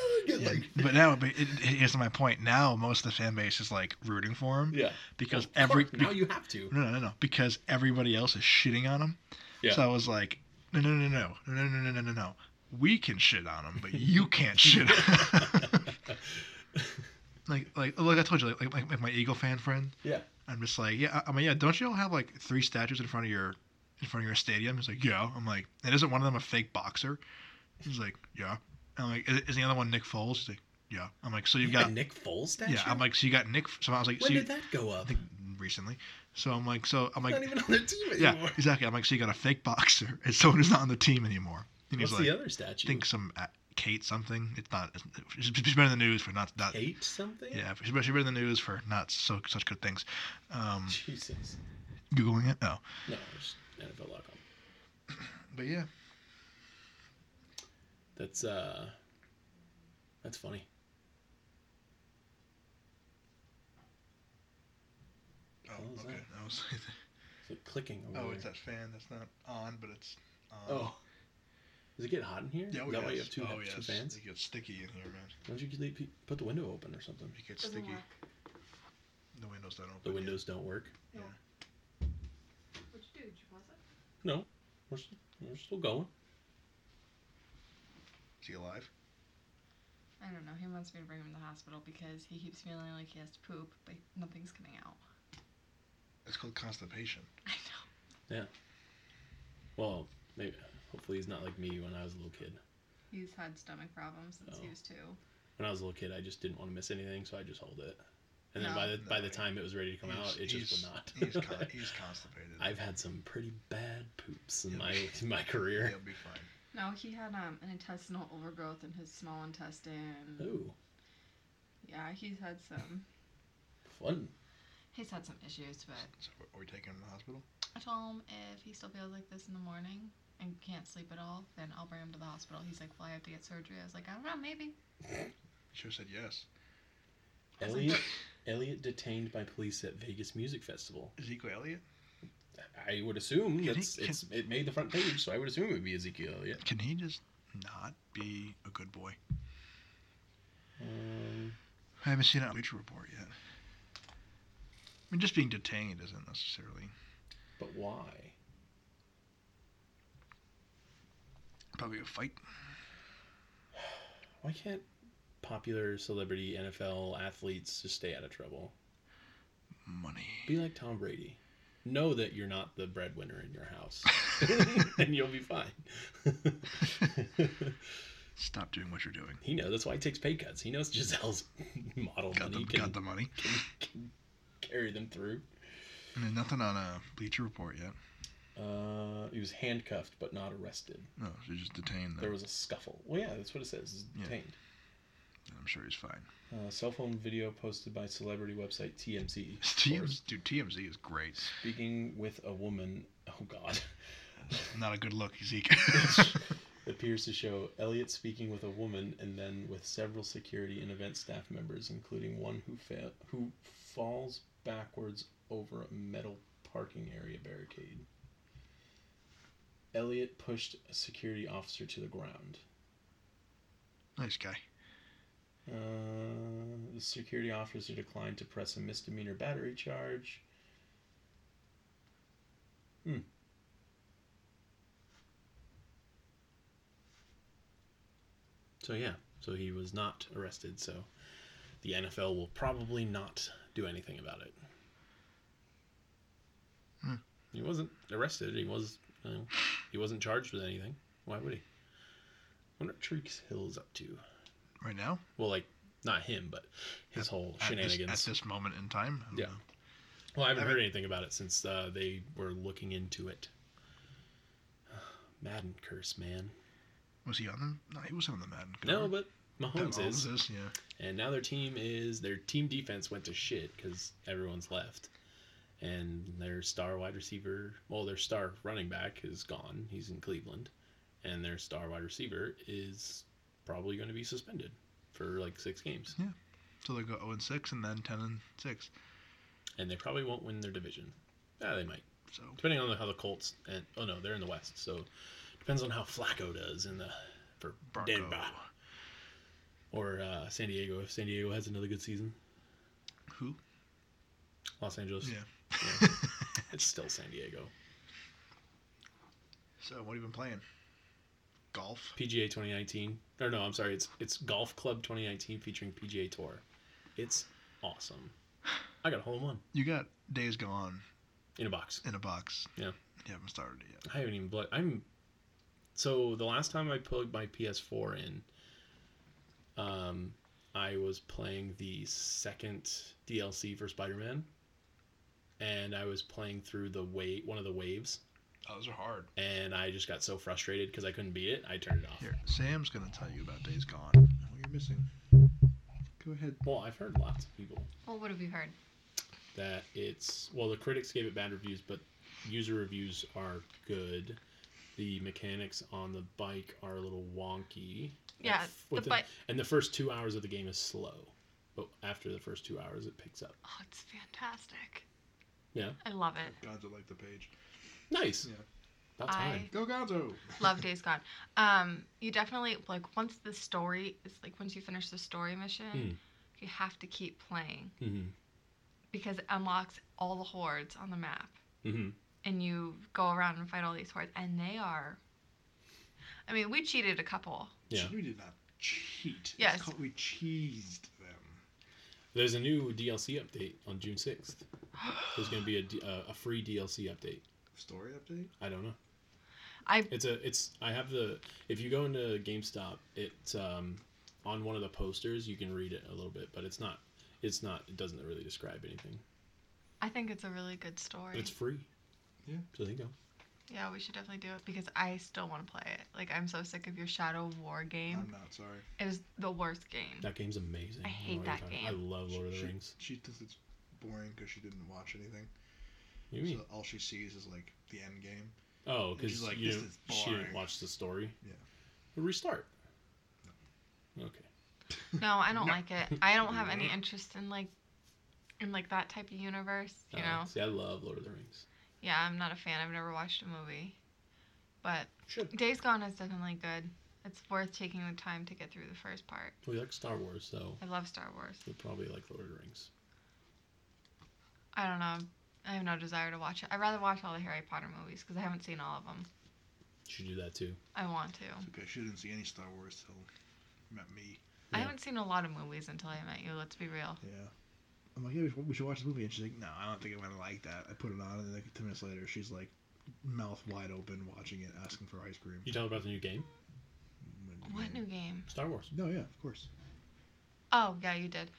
Speaker 1: [LAUGHS]
Speaker 2: Yeah,
Speaker 1: Like,
Speaker 2: but now, but it, it, here's my point. Now, most of the fan base is like rooting for him
Speaker 1: yeah.
Speaker 2: because
Speaker 1: Of
Speaker 2: every
Speaker 1: course, now you have to.
Speaker 2: no, no, no, no, because everybody else is shitting on him.
Speaker 1: Yeah.
Speaker 2: So I was like, no, no, no, no, no, no, no, no, no, no, no. We can shit on him, but you can't shit. like, like, like I told you, like, like, like my Eagle fan friend.
Speaker 1: Yeah.
Speaker 2: I'm just like, yeah. I I mean, yeah. Don't you all have like three statues in front of your, in front of your stadium? He's like, yeah. I'm like, and isn't one of them a fake boxer? He's like, yeah. And I'm like, is, is the other one Nick Foles? He's like, yeah. I'm like, so
Speaker 1: You
Speaker 2: you've
Speaker 1: got
Speaker 2: got,
Speaker 1: Nick Foles statue.
Speaker 2: yeah. I'm like, so you got Nick. So I was like,
Speaker 1: when
Speaker 2: so you,
Speaker 1: did that go
Speaker 2: I
Speaker 1: up?
Speaker 2: think recently. So I'm like, so I'm like,
Speaker 1: Not even on the team
Speaker 2: yeah, [LAUGHS]
Speaker 1: anymore. [LAUGHS]
Speaker 2: exactly. I'm like, so you got a fake boxer [LAUGHS] and someone who's not on the team anymore. And
Speaker 1: What's
Speaker 2: he's
Speaker 1: the
Speaker 2: like,
Speaker 1: other statue?
Speaker 2: I think some uh, Kate something. It's not. it's- She's been in the news for not not.
Speaker 1: Kate something.
Speaker 2: Yeah, she's been she's been in the news for not so such good things. Um,
Speaker 1: Jesus.
Speaker 2: googling it. Oh,
Speaker 1: No, it's NFL.com.
Speaker 2: but yeah,
Speaker 1: That's uh. That's funny.
Speaker 2: Oh,
Speaker 1: What was
Speaker 2: [LAUGHS] okay.
Speaker 1: that?
Speaker 2: That was.
Speaker 1: It's like clicking. Over
Speaker 2: oh,
Speaker 1: there.
Speaker 2: it's that fan that's not on, but it's on.
Speaker 1: Oh. Is it getting hot in here? Oh. Is that why you have two,
Speaker 2: oh,
Speaker 1: two
Speaker 2: yes.
Speaker 1: fans?
Speaker 2: It gets sticky in here, man.
Speaker 1: Why don't you leave, put the window open or something?
Speaker 2: It gets
Speaker 3: Doesn't
Speaker 2: sticky.
Speaker 3: work.
Speaker 2: The window's not open.
Speaker 1: The
Speaker 2: yet.
Speaker 1: windows don't work.
Speaker 3: What'd you do? Did you pause it?
Speaker 1: No, we're, s- we're still going.
Speaker 2: Is he alive?
Speaker 3: I don't know. He wants me to bring him to the hospital because he keeps feeling like he has to poop, but nothing's coming out. [LAUGHS]
Speaker 2: It's called constipation.
Speaker 3: I know.
Speaker 1: Well, maybe. Hopefully, he's not like me when I was a little kid.
Speaker 3: He's had stomach problems since he
Speaker 1: Oh.
Speaker 3: was two.
Speaker 1: When I was a little kid, I just didn't want to miss anything, so I just hold it. And then
Speaker 3: No.
Speaker 1: by the by the
Speaker 2: No.
Speaker 1: time it was ready to come
Speaker 2: He's-
Speaker 1: out, it just would not.
Speaker 2: He's,
Speaker 1: [LAUGHS]
Speaker 2: con- he's constipated.
Speaker 1: I've had some pretty bad poops in
Speaker 2: Yeah.
Speaker 1: my in my career.
Speaker 2: He'll be fine.
Speaker 3: No, he had um, an intestinal overgrowth in his small intestine.
Speaker 1: Ooh,
Speaker 3: Yeah, he's had some.
Speaker 1: fun.
Speaker 3: He's had some issues, but
Speaker 2: So are- are we taking him to the hospital?
Speaker 3: I told him if he still feels like this in the morning and can't sleep at all, then I'll bring him to the hospital. He's like, "Well, I have to get surgery." I was like, "I don't know, maybe."
Speaker 2: He should have said yes.
Speaker 3: I was
Speaker 1: Elliot
Speaker 3: like,
Speaker 1: Elliot detained by police at Vegas Music Festival.
Speaker 2: Ezekiel Elliott?
Speaker 1: I would assume
Speaker 2: Can he-
Speaker 1: that's
Speaker 2: can-
Speaker 1: it's it made the front page, so I would assume it would be Ezekiel Elliott.
Speaker 2: Can he just not be a good boy?
Speaker 1: Um,
Speaker 2: I haven't seen it on Bleacher Report yet. I mean, just being detained isn't necessarily
Speaker 1: but why?
Speaker 2: probably a fight.
Speaker 1: Why can't popular celebrity NFL athletes just stay out of trouble?
Speaker 2: Money.
Speaker 1: [LAUGHS] Be like Tom Brady. Know that you're not the breadwinner in your house, [LAUGHS] and you'll be fine.
Speaker 2: Stop doing what you're doing.
Speaker 1: he knows that's why he takes pay cuts. He knows Giselle's [LAUGHS] model
Speaker 2: Got the,
Speaker 1: money can,
Speaker 2: got the money.
Speaker 1: can carry them through.
Speaker 2: I mean, nothing on a Bleacher Report yet.
Speaker 1: Uh, he was handcuffed but not arrested.
Speaker 2: No, they just detained
Speaker 1: There
Speaker 2: them.
Speaker 1: was a scuffle. Well, yeah, that's what it says. It's
Speaker 2: Yeah.
Speaker 1: detained.
Speaker 2: I'm sure he's fine.
Speaker 1: Uh, cell phone video posted by celebrity website TMZ. of
Speaker 2: [LAUGHS]
Speaker 1: course.
Speaker 2: TMZ, dude, TMZ is great.
Speaker 1: Speaking with a woman. Oh God.
Speaker 2: Not a good look, Ezekiel.
Speaker 1: [LAUGHS] appears to show Elliot speaking with a woman and then with several security and event staff members, including one who fa- who falls backwards over a metal parking area barricade. Elliot pushed a security officer to the ground.
Speaker 2: nice guy.
Speaker 1: Uh, the security officer declined to press a misdemeanor battery charge. Hmm. So yeah, so he was not arrested. So the NFL will probably not do anything about it.
Speaker 2: Hmm.
Speaker 1: He wasn't arrested. He was you know, he wasn't charged with anything. Why would he? wonder what Treeks Hill is up to.
Speaker 2: Right now,
Speaker 1: Well, like not him, but his whole
Speaker 2: at this,
Speaker 1: shenanigans.
Speaker 2: at this moment in time, I don't
Speaker 1: Yeah.
Speaker 2: know.
Speaker 1: well, I haven't
Speaker 2: I
Speaker 1: heard anything about it since uh, they were looking into it. Madden curse, man.
Speaker 2: was he on them? No, he was on the Madden.
Speaker 1: No,
Speaker 2: cover.
Speaker 1: but Mahomes,
Speaker 2: Mahomes
Speaker 1: is,
Speaker 2: yeah.
Speaker 1: and now their team is their team defense went to shit because everyone's left, and their star wide receiver, well, their star running back is gone. He's in Cleveland, and their star wide receiver is probably going to be suspended for like six games,
Speaker 2: So they go 0 and 6, and then 10 and 6.
Speaker 1: and they probably won't win their division. Ah, they might.
Speaker 2: So
Speaker 1: depending on how the Colts and oh no, they're in the West, so depends on how Flacco does in the for
Speaker 2: Bronco.
Speaker 1: Denver or uh, San Diego. If San Diego has another good season,
Speaker 2: Who?
Speaker 1: Los Angeles,
Speaker 2: Yeah.
Speaker 1: Yeah. it's still San Diego.
Speaker 2: so what have you been playing? Golf.
Speaker 1: PGA 2019, or no, I'm sorry, it's it's Golf Club 2019 featuring PGA Tour. It's awesome. I got a hole in one
Speaker 2: You got Days Gone
Speaker 1: in a box.
Speaker 2: in a box.
Speaker 1: Yeah.
Speaker 2: You haven't started it yet.
Speaker 1: I haven't even plugged. I'm so the last time I plugged my PS4 in, um, I was playing the second DLC for Spider-Man, and I was playing through the wave, one of the waves,
Speaker 2: Oh, those are hard.
Speaker 1: and I just got so frustrated because I couldn't beat it, I turned it off.
Speaker 2: Here, Sam's gonna tell you about Days Gone. and What you're missing? Go ahead.
Speaker 1: Well, I've heard lots of people
Speaker 3: well, what have you heard?
Speaker 1: that it's well, the critics gave it bad reviews, but user reviews are good. The mechanics on the bike are a little wonky.
Speaker 3: Yeah,
Speaker 1: F- with
Speaker 3: the bike.
Speaker 1: And the first two hours of the game is slow, but after the first two hours, it picks up.
Speaker 3: Oh, it's fantastic.
Speaker 1: Yeah.
Speaker 3: I love it.
Speaker 2: Gods that like the page.
Speaker 1: Nice.
Speaker 2: Yeah.
Speaker 1: About time.
Speaker 4: I-
Speaker 2: Go Gonzo.
Speaker 4: Love Days Gone. Um, you definitely like once the story is like once you finish the story mission,
Speaker 1: Hmm.
Speaker 4: you have to keep playing
Speaker 1: Mm-hmm.
Speaker 4: because it unlocks all the hordes on the map,
Speaker 1: Mm-hmm.
Speaker 4: and you go around and fight all these hordes, and they are. I mean, we cheated
Speaker 1: [GASPS]
Speaker 4: a couple.
Speaker 1: Yeah.
Speaker 2: We did not cheat. It's
Speaker 4: Yes.
Speaker 2: called- we cheesed them.
Speaker 1: There's a new DLC update on June 6th. There's going to be a, D- uh, a free DLC update.
Speaker 2: Story update?
Speaker 1: I don't know.
Speaker 4: I-
Speaker 1: It's a it's I have the if you go into GameStop, it's um on one of the posters you can read it a little bit, but it's not it's not it doesn't really describe anything.
Speaker 4: I think it's a really good story.
Speaker 1: It's free.
Speaker 2: Yeah.
Speaker 1: So there you go.
Speaker 4: Yeah, we should definitely do it because I still want to play it. Like I'm so sick of your Shadow of War
Speaker 2: I'm
Speaker 1: Um,
Speaker 4: game.
Speaker 2: not sorry.
Speaker 4: It is the worst game.
Speaker 1: That game's amazing.
Speaker 4: I
Speaker 1: don't know
Speaker 4: hate
Speaker 1: what
Speaker 4: that
Speaker 1: you're talking-
Speaker 4: game.
Speaker 1: I love Lord of
Speaker 2: she,
Speaker 1: the Rings.
Speaker 2: She thinks it's boring because she didn't watch anything.
Speaker 1: You mean?
Speaker 2: So all she sees is like the end game.
Speaker 1: oh,
Speaker 2: and she's
Speaker 1: because
Speaker 2: like,
Speaker 1: you
Speaker 2: "This
Speaker 1: didn't,
Speaker 2: is
Speaker 1: she didn't
Speaker 2: boring."
Speaker 1: watch the story.
Speaker 2: Yeah.
Speaker 1: Restart. Okay.
Speaker 4: No, I don't
Speaker 2: No.
Speaker 4: like it. I don't have any interest in like in like that type of universe, you
Speaker 1: Uh,
Speaker 4: know.
Speaker 1: See, I love Lord of the Rings.
Speaker 4: Yeah, I'm not a fan. I've never watched a movie. But
Speaker 1: Should
Speaker 4: Days Gone is definitely good. It's worth taking the time to get through the first part.
Speaker 1: we like Star Wars, so
Speaker 4: I love Star Wars.
Speaker 1: you'll probably like Lord of the Rings.
Speaker 4: I don't know. I have no desire to watch it. I'd rather watch all the Harry Potter movies because I haven't seen all of them.
Speaker 1: Should do that too.
Speaker 4: I want to.
Speaker 2: It's okay. She didn't see any Star Wars till she met me.
Speaker 4: I
Speaker 1: Yeah.
Speaker 4: haven't seen a lot of movies until I met you. Let's be real.
Speaker 2: Yeah. I'm like, yeah, we should, we should watch the movie. And she's like, no, I don't think I'm going to like that. I put it on, and then like 10 minutes later, she's like, mouth wide open, watching it, asking for ice cream.
Speaker 1: You talking about the new game,
Speaker 4: What new game?
Speaker 1: Star Wars?
Speaker 2: No, yeah, of [LAUGHS] course. Oh
Speaker 4: Oh yeah, you did.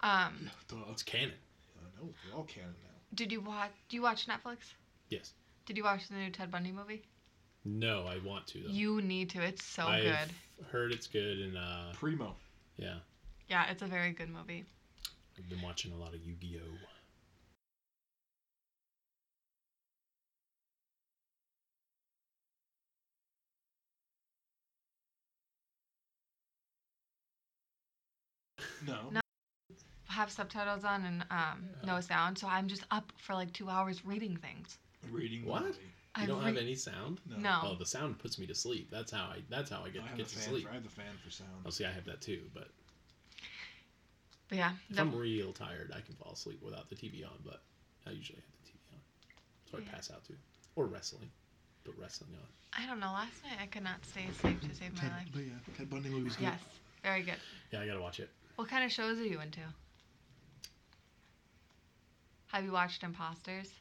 Speaker 4: Um,
Speaker 1: It's canon.
Speaker 2: Uh, no, we're all canon now.
Speaker 4: did you watch? Do you watch Netflix?
Speaker 1: Yes.
Speaker 4: Did you watch the new Ted Bundy movie?
Speaker 1: No, I want to though.
Speaker 4: You need to. It's so
Speaker 1: I've
Speaker 4: good.
Speaker 1: Heard it's good, and uh,
Speaker 2: Primo.
Speaker 1: yeah,
Speaker 4: Yeah, it's a very good movie.
Speaker 1: I've been watching a lot of Yu-Gi-Oh.
Speaker 2: No.
Speaker 4: No. Have subtitles on and um, no
Speaker 1: Yeah.
Speaker 4: sound, so I'm just up for like two hours reading things.
Speaker 2: Reading
Speaker 1: What?
Speaker 2: movie.
Speaker 1: You
Speaker 4: I
Speaker 1: don't have
Speaker 4: re-
Speaker 1: any sound?
Speaker 2: No.
Speaker 4: No.
Speaker 1: Oh, the sound puts me to sleep. That's how I. That's how I get
Speaker 2: I have
Speaker 1: get
Speaker 2: the
Speaker 1: to
Speaker 2: fan
Speaker 1: sleep.
Speaker 2: For, I have the fan for
Speaker 1: Oh,
Speaker 2: sound.
Speaker 1: see, I have that too. But
Speaker 4: But yeah,
Speaker 1: if
Speaker 4: the-
Speaker 1: I'm real tired, I can fall asleep without the TV on. But I usually have the TV on, so I
Speaker 4: Yeah.
Speaker 1: pass out too. Or wrestling, but wrestling on.
Speaker 4: I don't know. Last night I could not stay asleep to save my
Speaker 2: Ted,
Speaker 4: life.
Speaker 2: but yeah, Ted Bundy movie's good.
Speaker 4: Yes, very good.
Speaker 1: Yeah, I gotta watch it.
Speaker 4: What kind of shows are you into? Have you watched Imposters?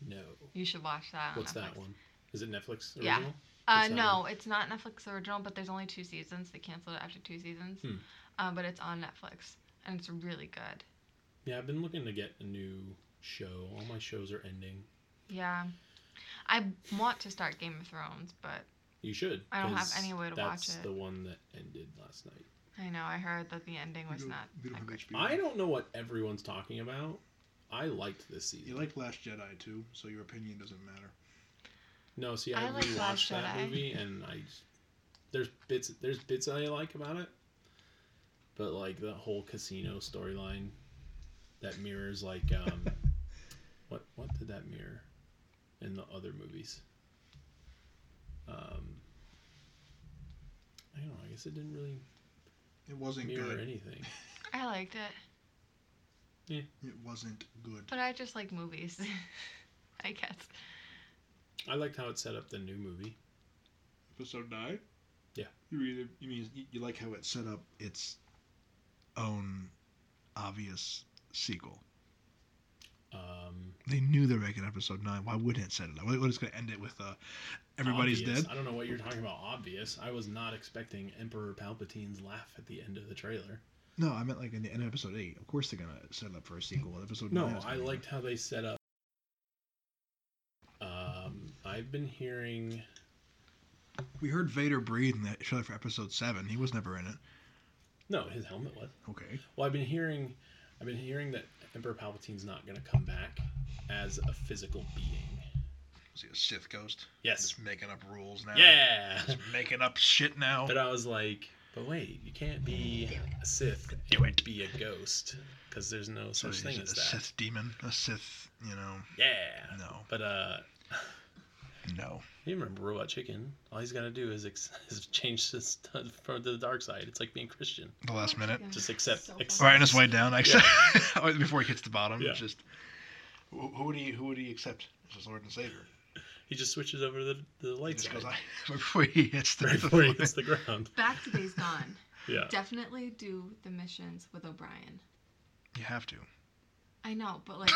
Speaker 1: No.
Speaker 4: You should watch that. On
Speaker 1: What's
Speaker 4: Ah, Netflix.
Speaker 1: that one? Is it Netflix
Speaker 4: Yeah.
Speaker 1: original?
Speaker 4: Uh,
Speaker 1: What's that
Speaker 4: no, it's not Netflix original, but there's only two seasons. They canceled it after two seasons.
Speaker 1: Hmm.
Speaker 4: Uh, but it's on Netflix, and it's really good.
Speaker 1: Yeah, I've been looking to get a new show. All my shows are ending.
Speaker 4: Yeah. I want to start Game of Thrones, but
Speaker 1: You should.
Speaker 4: I don't have
Speaker 1: 'cause
Speaker 4: any way to watch
Speaker 1: that's
Speaker 4: it.
Speaker 1: the one that ended last night.
Speaker 4: I know I heard that the ending
Speaker 2: We
Speaker 4: was
Speaker 2: don't-
Speaker 4: not
Speaker 2: we don't
Speaker 4: that
Speaker 2: have
Speaker 4: great.
Speaker 2: HBO.
Speaker 1: I don't know what everyone's talking about. I liked this season.
Speaker 2: You like Last Jedi too, so your opinion doesn't matter.
Speaker 1: no, see, I,
Speaker 4: I like
Speaker 1: rewatched
Speaker 4: Last
Speaker 1: that
Speaker 4: Jedi.
Speaker 1: movie, and I just- there's bits there's bits I like about it, but like the whole casino storyline that mirrors like
Speaker 4: [LAUGHS]
Speaker 1: um what what did that mirror in the other movies? Um, I don't know. I guess it didn't really
Speaker 2: It wasn't
Speaker 1: mirror
Speaker 2: good.
Speaker 1: anything.
Speaker 4: I liked it,
Speaker 2: It wasn't good.
Speaker 4: but I just like movies.
Speaker 3: [LAUGHS]
Speaker 4: I guess.
Speaker 1: I liked how it set up the new movie.
Speaker 2: Episode nine.
Speaker 1: Yeah.
Speaker 2: You either you mean you, you like how it set up its own obvious sequel.
Speaker 1: Um,
Speaker 2: They knew they're making episode nine. Why wouldn't it set it up? What what is going to end it with? Uh, everybody's
Speaker 1: obvious.
Speaker 2: dead.
Speaker 1: I don't know what you're talking about. Obvious. I was not expecting Emperor Palpatine's laugh at the end of the trailer.
Speaker 2: No, I meant like in the end of episode eight. Of course they're going to set it up for a sequel. Episode nine
Speaker 1: No,
Speaker 2: is
Speaker 1: I
Speaker 2: gonna be-
Speaker 1: liked how they set up. Um, I've been hearing.
Speaker 2: We heard Vader breathe in the trailer for episode seven. He was never in it.
Speaker 1: No, his helmet was.
Speaker 2: Okay.
Speaker 1: Well, I've been hearing, I've been hearing that Emperor Palpatine's not going to come back as a physical being.
Speaker 2: Was he a Sith ghost?
Speaker 1: Yes.
Speaker 2: Just making up rules now.
Speaker 1: Yeah.
Speaker 2: Just making up shit now.
Speaker 1: But I was like, but wait, you can't be a Sith
Speaker 2: Do
Speaker 1: and
Speaker 2: it.
Speaker 1: be a ghost because there's no
Speaker 2: So
Speaker 1: such
Speaker 2: he's
Speaker 1: thing
Speaker 2: a
Speaker 1: as that.
Speaker 2: Sith demon, a Sith, you know,
Speaker 1: Yeah.
Speaker 2: no.
Speaker 1: But uh,
Speaker 2: No.
Speaker 1: You remember Robot Chicken? All he's gotta do is, ex- [LAUGHS] is change this to- from [LAUGHS] the dark side. It's like being Christian.
Speaker 2: The
Speaker 4: Oh,
Speaker 2: last minute.
Speaker 1: Just accept- accept-
Speaker 2: Right on his way down, actually, [LAUGHS] before he hits the bottom.
Speaker 1: Yeah.
Speaker 2: Just who, who would he who would he accept as his Lord and Savior?
Speaker 1: He just switches over to the, the
Speaker 2: He
Speaker 1: light
Speaker 2: just
Speaker 1: side
Speaker 2: goes, "I-" [LAUGHS] before he hits the,
Speaker 1: [LAUGHS] right before he hits the ground.
Speaker 3: Back to Days Gone.
Speaker 1: [LAUGHS] Yeah.
Speaker 3: Definitely do the missions with O'Brien.
Speaker 2: [LAUGHS] you have to. [LAUGHS]
Speaker 3: I know, but like,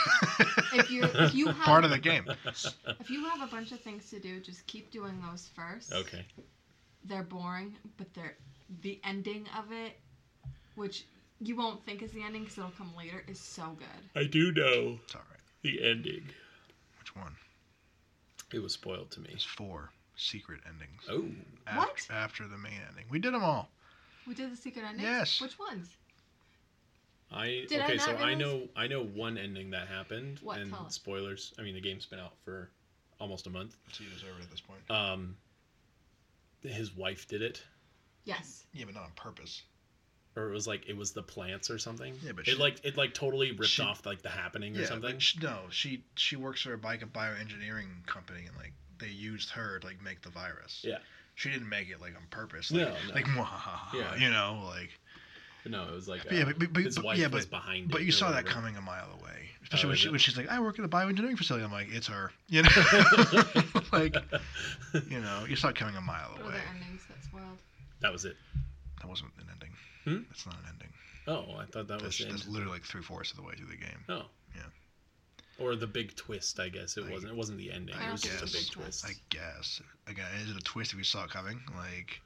Speaker 3: if
Speaker 1: [LAUGHS]
Speaker 3: you if you have
Speaker 2: Part of the game.
Speaker 3: if you have a bunch of things to do, just keep doing those first.
Speaker 1: okay.
Speaker 3: They're boring, but they're the ending of it, which you won't think is the ending because it'll come later, is so good.
Speaker 1: I do know
Speaker 2: It's all right.
Speaker 1: the ending.
Speaker 2: Which one?
Speaker 1: It was spoiled to me.
Speaker 2: [LAUGHS] There's four secret endings.
Speaker 1: Oh.
Speaker 2: Af-
Speaker 3: What?
Speaker 2: After the main ending, we did them all.
Speaker 3: We did the secret endings.
Speaker 2: Yes.
Speaker 3: Which ones?
Speaker 1: I
Speaker 3: Did I
Speaker 1: okay,
Speaker 3: not
Speaker 1: so I
Speaker 3: realize-
Speaker 1: know I know one ending that happened
Speaker 3: What?
Speaker 1: and
Speaker 3: Tell us.
Speaker 1: spoilers. I mean the game's been out for almost a month.
Speaker 2: So you deserve it at this point.
Speaker 1: Um his wife did it.
Speaker 3: Yes.
Speaker 2: Yeah, but not on purpose.
Speaker 1: Or it was like it was the plants or something.
Speaker 2: Yeah, but
Speaker 1: it
Speaker 2: she-
Speaker 1: like it like totally ripped
Speaker 2: she-
Speaker 1: off like the happening or
Speaker 2: yeah,
Speaker 1: something.
Speaker 2: like, sh- no, she she works for a bio- bioengineering company, and like they used her to like make the virus.
Speaker 1: Yeah.
Speaker 2: She didn't make it like on purpose. Like,
Speaker 1: No, no.
Speaker 2: like [LAUGHS] mwahaha,
Speaker 1: Yeah.
Speaker 2: you know, like
Speaker 1: no, it was like
Speaker 2: But yeah,
Speaker 1: uh,
Speaker 2: but- but- but-
Speaker 1: his
Speaker 2: but-
Speaker 1: wife
Speaker 2: yeah,
Speaker 1: was behind it.
Speaker 2: But you
Speaker 1: or
Speaker 2: saw that
Speaker 1: whatever. Oh,
Speaker 2: coming a mile away, especially when,
Speaker 1: is
Speaker 2: she,
Speaker 1: it?
Speaker 2: when she's like, "I work at a bioengineering facility." I'm like, "It's her," [LAUGHS]
Speaker 1: [LAUGHS]
Speaker 2: you know. [LAUGHS] like, you know, you saw it coming a mile
Speaker 3: What
Speaker 2: away.
Speaker 3: other endings? That's wild.
Speaker 1: that was it.
Speaker 2: That wasn't an ending.
Speaker 1: Hmm?
Speaker 2: That's not an ending.
Speaker 1: Oh, I thought that was
Speaker 2: That's,
Speaker 1: the
Speaker 2: that's
Speaker 1: end.
Speaker 2: literally like three fourths of the way through the game.
Speaker 1: Oh.
Speaker 2: Yeah.
Speaker 1: Or the big twist, I guess it
Speaker 2: I-
Speaker 1: wasn't. It wasn't the ending.
Speaker 3: I
Speaker 1: It was
Speaker 3: don't
Speaker 1: just a
Speaker 3: think
Speaker 1: big
Speaker 3: it was
Speaker 1: twist.
Speaker 3: the
Speaker 2: I guess. Again, is it a twist if you saw it coming? Like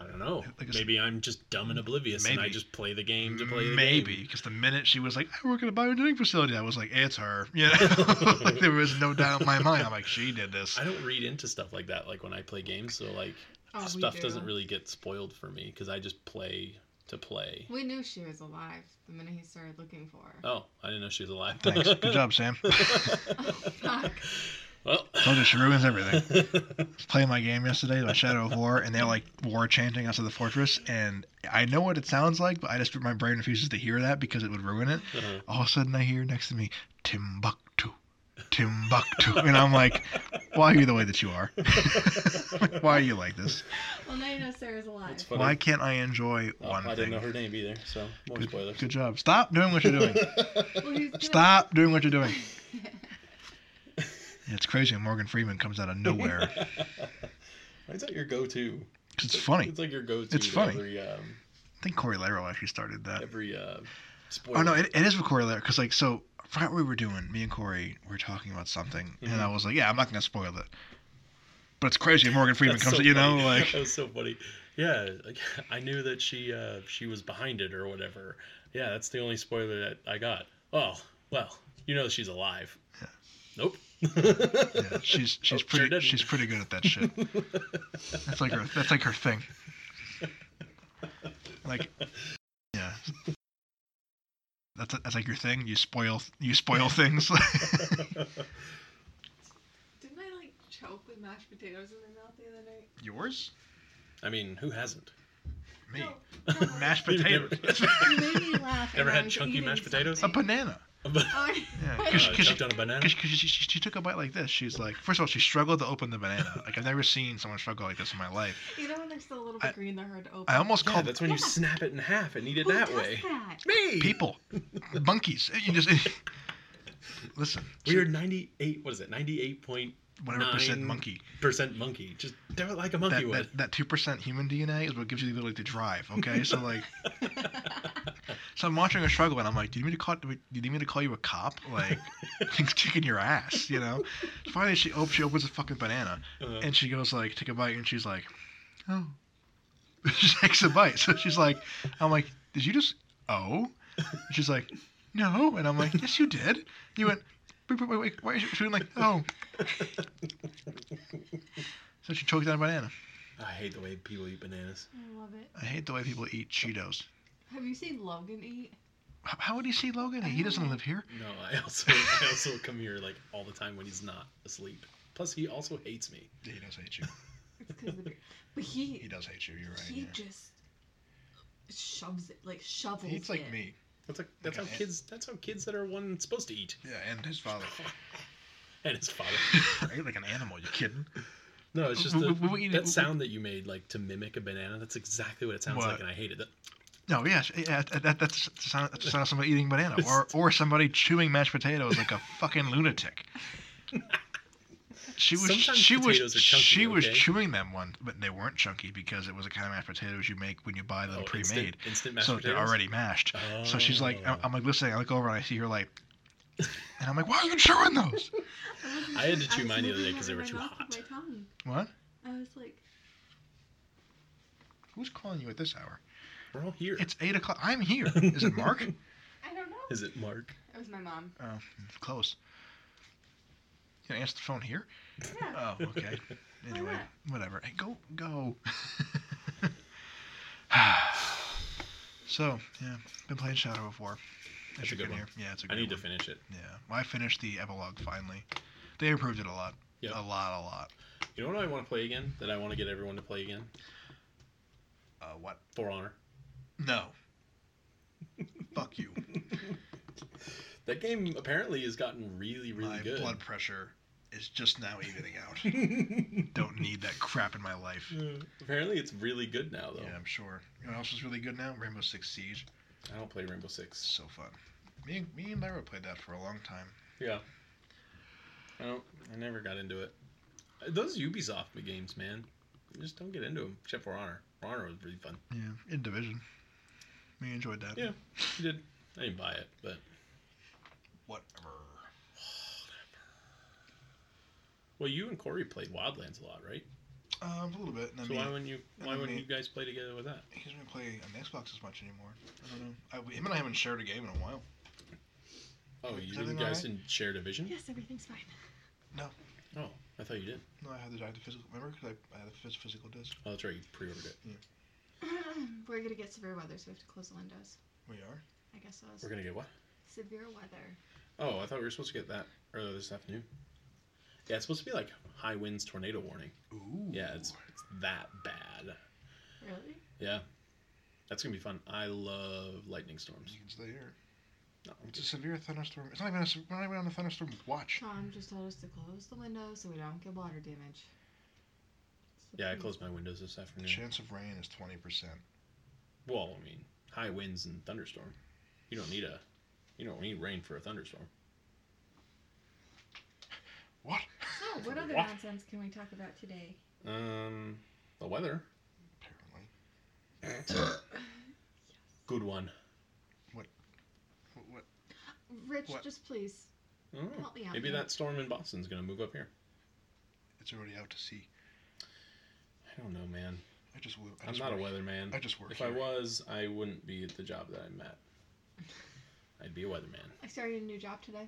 Speaker 1: I don't know.
Speaker 2: Like it's-
Speaker 1: maybe I'm just dumb and oblivious, and I
Speaker 2: Maybe.
Speaker 1: just play the game to play the
Speaker 2: maybe
Speaker 1: game.
Speaker 2: because the minute she was like, "I work at a bioengineering facility," I was like, "It's her." You
Speaker 1: [LAUGHS]
Speaker 2: know, Like, there was no doubt in my mind. I'm like, "She did this."
Speaker 1: I don't read into stuff like that, like when I play games. So like
Speaker 3: Oh, we
Speaker 1: stuff
Speaker 3: do.
Speaker 1: doesn't really get spoiled for me because I just play to play.
Speaker 3: We knew she was alive the minute he started looking for her.
Speaker 1: Oh, I didn't know she was alive. Oh,
Speaker 2: Thanks.
Speaker 1: [LAUGHS]
Speaker 2: Good job, Sam.
Speaker 3: Fuck.
Speaker 2: [LAUGHS]
Speaker 1: well,
Speaker 2: Told you she ruins everything.
Speaker 1: [LAUGHS]
Speaker 2: was playing my game yesterday, my Shadow of War, and they're like war chanting outside the fortress, and I know what it sounds like, but I just my brain refuses to hear that because it would ruin it.
Speaker 1: Uh-huh.
Speaker 2: [LAUGHS] All of a sudden, I hear next to me Timbuktu, Timbuktu, [LAUGHS] and I'm like, "Why are you the way that you are? [LAUGHS] Why are you like this?
Speaker 3: well, now you know Sarah's alive.
Speaker 1: That's funny.
Speaker 2: Why can't I enjoy
Speaker 1: Oh,
Speaker 2: one
Speaker 1: I didn't
Speaker 2: thing?"
Speaker 1: know her name either, so more
Speaker 2: Good,
Speaker 1: spoilers.
Speaker 2: good job. Stop doing what you're
Speaker 1: [LAUGHS]
Speaker 2: doing.
Speaker 3: Well, he's good.
Speaker 2: Stop doing what you're doing. [LAUGHS] It's crazy. when Morgan Freeman comes out of nowhere
Speaker 1: Why [LAUGHS] is that your go-to?
Speaker 2: 'Cause it's funny.
Speaker 1: It's like your go-to.
Speaker 2: It's
Speaker 1: to
Speaker 2: funny.
Speaker 1: Every um,
Speaker 2: I think Corey Laro actually started that.
Speaker 1: every uh, spoiler.
Speaker 2: Oh no, it, it is with Corey because like so, I forgot what we were doing. Me and Corey were talking about something,
Speaker 1: Mhm.
Speaker 2: and I was like, "Yeah, I'm not gonna spoil it." But it's crazy. Morgan Freeman
Speaker 1: That's
Speaker 2: comes,
Speaker 1: so
Speaker 2: you know,
Speaker 1: funny. [LAUGHS]
Speaker 2: like
Speaker 1: that was so funny. Yeah, like, [LAUGHS] I knew that she uh, she was behind it or whatever. Yeah, that's the only spoiler that I got. Oh well, you know she's alive. Nope. [LAUGHS]
Speaker 2: yeah, she's
Speaker 1: Oh, sure
Speaker 2: she's pretty
Speaker 1: didn't.
Speaker 2: she's pretty good at that shit. that's like her that's like her thing. Like, yeah, that's that's like your thing. You spoil you spoil things. [LAUGHS]
Speaker 3: Didn't I like choke with mashed potatoes in my mouth the other night?
Speaker 2: Yours,
Speaker 1: [LAUGHS] I mean, who hasn't? [LAUGHS]
Speaker 2: me,
Speaker 3: No, no, [LAUGHS]
Speaker 2: mashed
Speaker 1: You've never-
Speaker 2: potatoes,
Speaker 3: you
Speaker 2: [LAUGHS]
Speaker 3: made me laugh. and
Speaker 1: Ever
Speaker 3: I
Speaker 1: had
Speaker 3: was
Speaker 1: chunky
Speaker 3: eating
Speaker 1: mashed potatoes?
Speaker 2: a
Speaker 3: something.
Speaker 2: banana.
Speaker 3: [LAUGHS] Oh, [LAUGHS] I-
Speaker 2: Yeah,
Speaker 3: Wait.
Speaker 2: because
Speaker 1: Uh,
Speaker 2: she,
Speaker 1: choked on a banana.
Speaker 2: Because she, she, she took a bite like this. She's like, first of all, she struggled to open the banana. [LAUGHS] Like, I've never seen someone struggle like this in my life.
Speaker 3: you know when they're still a little
Speaker 2: I-
Speaker 3: bit green, they're hard to open.
Speaker 2: I almost
Speaker 1: Yeah,
Speaker 2: called
Speaker 1: that's when you
Speaker 3: Yeah.
Speaker 1: snap it in half and eat it
Speaker 3: Who
Speaker 1: that
Speaker 3: does
Speaker 1: way.
Speaker 3: that?
Speaker 1: Me.
Speaker 2: people, monkeys. [LAUGHS] You just listen.
Speaker 1: We are ninety-eight. What is it? Ninety-eight point
Speaker 2: whatever percent
Speaker 1: nine
Speaker 2: monkey.
Speaker 1: percent monkey. Just do it like a monkey
Speaker 2: That
Speaker 1: would.
Speaker 2: that- that two percent human DNA is what gives you the ability to drive. Okay, so like,
Speaker 1: [LAUGHS]
Speaker 2: so I'm watching her struggle, and I'm like, do you need me to call? Do you need me to call you a cop?
Speaker 1: [LAUGHS]
Speaker 2: Like, [LAUGHS] things kicking your ass, you know. Finally, she opens she opens a fucking banana.
Speaker 1: Uh,
Speaker 2: and she goes like take a bite and she's like oh [LAUGHS] she takes a bite so she's like i'm like did you just oh And she's like no and i'm like yes you did you went wait wait wait, wait why is she she went like oh so she choked on a banana
Speaker 1: [LAUGHS] I hate the way people eat bananas.
Speaker 3: I love it.
Speaker 2: i hate the way people eat cheetos
Speaker 3: Have you seen Logan eat?
Speaker 2: H- how would he see logan he
Speaker 3: Oh.
Speaker 2: doesn't live here
Speaker 1: No, I also I also come here like all the time when he's not asleep. Plus, he also hates me.
Speaker 2: he does hate you
Speaker 3: It's because of the beer. But he
Speaker 2: does hate you you're
Speaker 3: he just shoves it like shovels it.
Speaker 4: [LAUGHS]
Speaker 1: That's like that's
Speaker 2: Like
Speaker 1: how
Speaker 2: I-
Speaker 1: kids that's how kids that are one supposed to eat.
Speaker 2: yeah and his father
Speaker 1: [LAUGHS] and his father.
Speaker 2: Right? Like an animal. You kidding?
Speaker 1: No, it's just the,
Speaker 2: W- w- w- you know-
Speaker 1: that sound that you made, like to mimic a banana. That's exactly what it sounds
Speaker 2: What?
Speaker 1: like, and I hated it.
Speaker 2: No, yeah, sh- yeah that, that, that's the sound, that's the sound of somebody eating banana
Speaker 1: [LAUGHS]
Speaker 2: or, or somebody chewing mashed potatoes like a fucking lunatic. She was
Speaker 1: Sometimes
Speaker 2: she was
Speaker 1: potatoes are chunky,
Speaker 2: she was
Speaker 1: okay?
Speaker 2: chewing them one, but they weren't chunky because it was the kind of mashed potatoes you make when you buy them
Speaker 1: Oh,
Speaker 2: pre-made,
Speaker 1: instant, instant mashed
Speaker 2: so
Speaker 1: potatoes.
Speaker 2: they're already mashed. So she's like, I'm,
Speaker 1: Oh.
Speaker 2: I'm like listening. I look over and I see
Speaker 1: [LAUGHS]
Speaker 2: her like, and I'm like, why are you chewing those?
Speaker 1: I had to chew
Speaker 4: was
Speaker 1: mine the other
Speaker 4: moving
Speaker 1: day 'cause they
Speaker 4: over
Speaker 1: were
Speaker 4: my
Speaker 1: too
Speaker 4: mouth with
Speaker 1: hot.
Speaker 4: My tongue.
Speaker 2: What?
Speaker 4: I was like,
Speaker 2: Who's calling you at this hour?
Speaker 1: We're all here.
Speaker 2: It's eight o'clock. I'm here. Is
Speaker 1: [LAUGHS]
Speaker 2: it Mark?
Speaker 4: I don't know.
Speaker 1: Is it Mark?
Speaker 4: It was my mom.
Speaker 2: Oh, close. You gonna answer the phone here?
Speaker 4: Yeah.
Speaker 2: Oh, [LAUGHS] okay. Anyway,
Speaker 4: not?
Speaker 2: whatever. Hey, go, [SIGHS] go. so, yeah, been playing Shadow of War. as
Speaker 1: That's a
Speaker 2: you
Speaker 1: good one.
Speaker 2: can hear. Yeah, it's a good
Speaker 1: I need to
Speaker 2: one.
Speaker 1: finish it.
Speaker 2: Yeah, well, I finished the epilogue finally. They improved it a lot.
Speaker 1: Yeah.
Speaker 2: A lot, a lot.
Speaker 1: You know what I want to play again? That I want to get everyone to play again.
Speaker 2: Uh, what?
Speaker 1: For Honor.
Speaker 2: No. [LAUGHS] Fuck you.
Speaker 1: That game apparently has gotten really, really
Speaker 2: my
Speaker 1: good. [LAUGHS]
Speaker 2: blood pressure is just now evening out. [LAUGHS] Don't need that crap in my life.
Speaker 1: apparently, it's really good now, though.
Speaker 2: Yeah, I'm sure. You know what else is really good now? Rainbow Six Siege.
Speaker 1: I don't play Rainbow Six.
Speaker 2: So fun. Me, and- me and Myra played that for a long time.
Speaker 1: Yeah. I don't. I never got into it. Uh, Those Ubisoft games, man. I just don't get into them. Except For Honor. For Honor was really fun.
Speaker 2: Yeah, in Division. We enjoyed that.
Speaker 1: Yeah. I did. I didn't buy it, but
Speaker 2: Whatever.
Speaker 1: well, you and Corey played Wildlands a lot, right?
Speaker 2: Um, a little bit. And I
Speaker 1: So
Speaker 2: mean,
Speaker 1: why wouldn't you? Why
Speaker 2: I
Speaker 1: wouldn't you
Speaker 2: mean-
Speaker 1: guys play together with that?
Speaker 2: he doesn't play on the Xbox as much anymore. I don't know. I, we- him and I haven't shared a game in a while.
Speaker 1: Oh, you
Speaker 2: Everything
Speaker 1: didn't- guys
Speaker 2: alright?
Speaker 1: didn't share division?
Speaker 4: Yes, everything's fine.
Speaker 1: Oh, I thought you did.
Speaker 2: No, I had the, I had the physical. Remember, 'Cause I, I had the phys- physical disc.
Speaker 1: Oh, that's right. You pre-ordered it.
Speaker 4: [CLEARS THROAT] We're gonna get severe weather, so we have to close the windows.
Speaker 2: We are.
Speaker 4: I guess so.
Speaker 1: We're gonna get what?
Speaker 4: Severe weather.
Speaker 1: Oh, I thought we were supposed to get that earlier this afternoon. Yeah, it's supposed to be like high winds, tornado warning.
Speaker 2: Ooh.
Speaker 1: Yeah, it's, it's that bad.
Speaker 4: Really?
Speaker 1: Yeah, that's gonna be fun. I love lightning storms.
Speaker 2: You can stay here.
Speaker 1: No, I'm
Speaker 2: It's a
Speaker 1: just-
Speaker 2: severe thunderstorm. It's not even. A, se- we're not even on a thunderstorm watch.
Speaker 4: Sean just told us to close the windows so we don't get water damage. It's the
Speaker 1: yeah, I
Speaker 4: point.
Speaker 1: closed my windows this
Speaker 2: The
Speaker 1: afternoon.
Speaker 2: chance of rain is twenty percent.
Speaker 1: Well, I mean, high winds and thunderstorm. You don't need a, you don't need rain for a thunderstorm.
Speaker 2: What? [LAUGHS]
Speaker 4: So, Oh, what other
Speaker 1: What?
Speaker 4: nonsense can we talk about today?
Speaker 1: Um, the weather.
Speaker 2: Apparently.
Speaker 1: Good one.
Speaker 2: What? what?
Speaker 4: Rich,
Speaker 2: What?
Speaker 4: just please
Speaker 1: Oh,
Speaker 4: help me out.
Speaker 1: maybe
Speaker 4: here.
Speaker 1: that storm in Boston's gonna move up here.
Speaker 2: It's already out to sea.
Speaker 1: I don't know, man.
Speaker 2: I just. wo- I
Speaker 1: I'm
Speaker 2: just
Speaker 1: not a
Speaker 2: work-
Speaker 1: weatherman.
Speaker 2: I just work
Speaker 1: If
Speaker 2: here.
Speaker 1: I was, I wouldn't be at the job that I'm at. I'd be a weatherman.
Speaker 4: I started a new job today.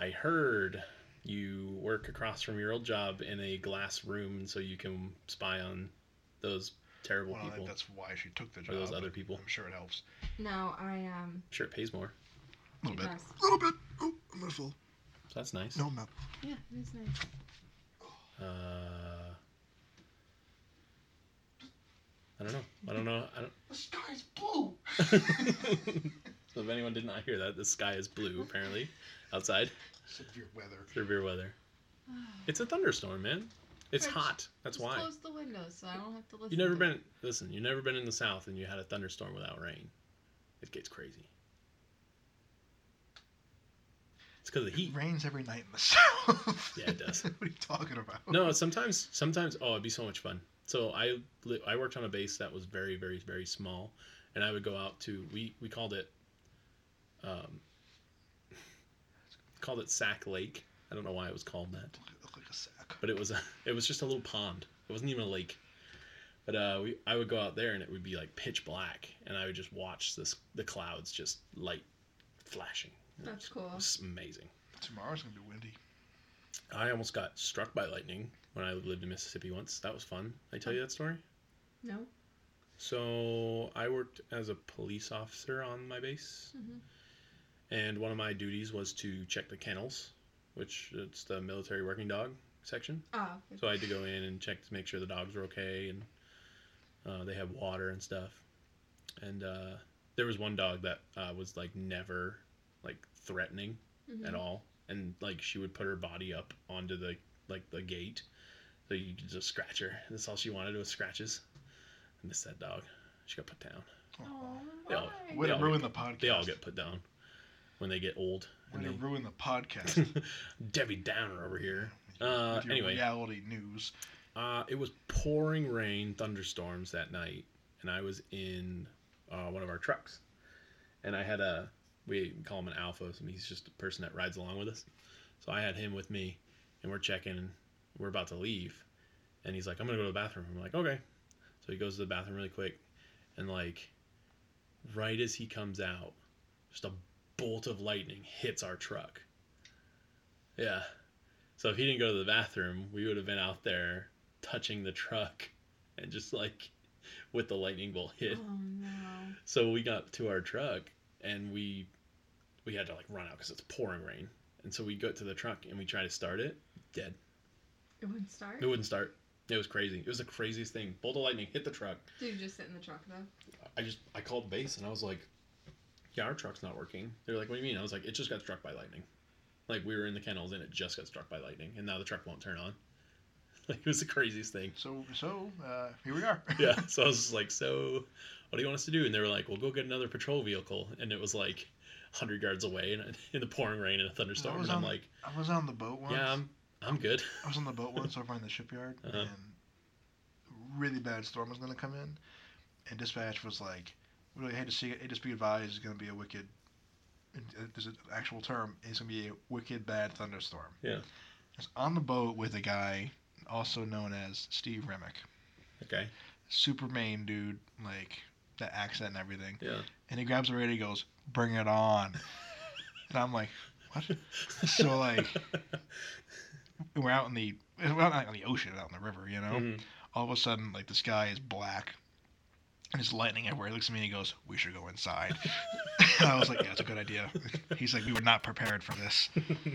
Speaker 1: I heard you work across from your old job in a glass room so you can spy on those terrible
Speaker 2: Well, I think
Speaker 1: people.
Speaker 2: that's why she took the job.
Speaker 1: Or those other people.
Speaker 2: I'm sure it helps.
Speaker 4: No, I um.
Speaker 1: sure, it pays more.
Speaker 2: A
Speaker 4: it
Speaker 2: little bit.
Speaker 4: does.
Speaker 2: A little bit. Oh, I'm not full.
Speaker 1: So that's nice.
Speaker 2: No, I'm not.
Speaker 4: Yeah, it is nice.
Speaker 1: Uh, I don't know. I don't know. I don't. [LAUGHS]
Speaker 2: The sky's blue.
Speaker 1: so if anyone did not hear that, the sky is blue apparently outside.
Speaker 2: Severe weather.
Speaker 1: Severe weather. It's a thunderstorm, man. It's
Speaker 4: Right,
Speaker 1: hot. That's
Speaker 4: Ah. just
Speaker 1: why.
Speaker 4: Close the windows so I don't have to listen.
Speaker 1: You never
Speaker 4: to
Speaker 1: been
Speaker 4: it.
Speaker 1: listen. You never been in the South and you had a thunderstorm without rain. It gets crazy. It's because of the heat.
Speaker 2: It rains every night in the [LAUGHS] south.
Speaker 1: Yeah, it does.
Speaker 2: [LAUGHS] what are you talking about?
Speaker 1: No, sometimes sometimes oh, it'd be so much fun. So I li- I worked on a base that was very very very small, and I would go out to we we called it, um, [LAUGHS] called it Sack Lake. I don't know why it was called that.
Speaker 2: Look, look like a sack.
Speaker 1: but it was it was just a [LAUGHS] little pond. It wasn't even a lake. But uh, we I would go out there and it would be like pitch black, and I would just watch this the clouds just light flashing.
Speaker 4: That's cool.
Speaker 1: It was amazing.
Speaker 2: Tomorrow's gonna be windy.
Speaker 1: I almost got struck by lightning when I lived in Mississippi once. That was fun. Did I tell you that story.
Speaker 4: No.
Speaker 1: So I worked as a police officer on my base,
Speaker 4: Mhm.
Speaker 1: and one of my duties was to check the kennels, which it's the military working dog section.
Speaker 4: Oh. okay.
Speaker 1: So I had to go in and check to make sure the dogs were okay and uh, they had water and stuff. And uh, there was one dog that uh, was like never like threatening
Speaker 4: Mhm.
Speaker 1: at all. and like she would put her body up onto the like the gate, so you could just scratch her. That's all she wanted was scratches. I miss that dog. She got put down.
Speaker 2: Aw.
Speaker 1: They all-
Speaker 3: why?
Speaker 2: Oh. Way to
Speaker 1: all
Speaker 2: ruin the
Speaker 1: get-
Speaker 2: podcast.
Speaker 1: They all get put down when they get old. and
Speaker 2: Way to
Speaker 1: they-
Speaker 2: ruin the
Speaker 1: [LAUGHS]
Speaker 2: podcast.
Speaker 1: Debbie Downer over here. Uh,
Speaker 2: With your
Speaker 1: anyway,
Speaker 2: reality news.
Speaker 1: uh, it was pouring rain, thunderstorms that night, and I was in uh, one of our trucks, and I had a we call him an alpha, so he's just a person that rides along with us. So I had him with me, and we're checking, we're about to leave, and he's like, "I'm gonna go to the bathroom." I'm like, "Okay," so he goes to the bathroom really quick, and like, right as he comes out, just a bolt of lightning hits our truck. Yeah. So if he didn't go to the bathroom, we would have been out there touching the truck and just like with the lightning bolt hit.
Speaker 4: Oh no.
Speaker 1: So we got to our truck and we we had to like run out because it's pouring rain. And so we go to the truck and we try to start it. Dead.
Speaker 4: It wouldn't start.
Speaker 1: It wouldn't start. It was crazy. It was the craziest thing. Bolt of lightning hit the truck.
Speaker 4: Did you just sit in the truck though?
Speaker 1: I just I called base and I was like, "Yeah, our truck's not working." They're like, "What do you mean?" I was like, "It just got struck by lightning." Like we were in the kennels and it just got struck by lightning, and now the truck won't turn on. [LAUGHS] Like it was the craziest thing.
Speaker 2: So so uh, here we are.
Speaker 1: [LAUGHS] Yeah. So I was just like, "So, what do you want us to do?" And they were like, "Well, go get another patrol vehicle." And it was like, hundred yards away, and [LAUGHS] in the pouring rain and a thunderstorm.
Speaker 2: was
Speaker 1: And I'm
Speaker 2: on-
Speaker 1: like,
Speaker 2: I was on the boat once.
Speaker 1: "Yeah, I'm I'm good."
Speaker 2: I was on the boat once over in the shipyard,
Speaker 1: Uh-huh.
Speaker 2: and really bad storm was gonna come in, and dispatch was like, "Really hate to see it. Just be advised, it's gonna be a wicked. and, uh, There's an actual term. It's gonna be a wicked bad thunderstorm."
Speaker 1: Yeah.
Speaker 2: I was on the boat with a guy, also known as Steve Remick,
Speaker 1: Okay.
Speaker 2: super Maine dude, like that accent and everything,
Speaker 1: Yeah.
Speaker 2: and he grabs the radio, and goes, "Bring
Speaker 1: [LAUGHS]
Speaker 2: it on," and I'm like, "What?" So, like, We're out in the we're not on the ocean, out in the river, you know.
Speaker 1: Mhm.
Speaker 2: all of a sudden, like the sky is black and it's lightning everywhere. He looks at me and he goes, We should go inside. [LAUGHS] I was like, Yeah, it's a good idea. [LAUGHS] He's like, We were not prepared for this.
Speaker 1: Mm-hmm.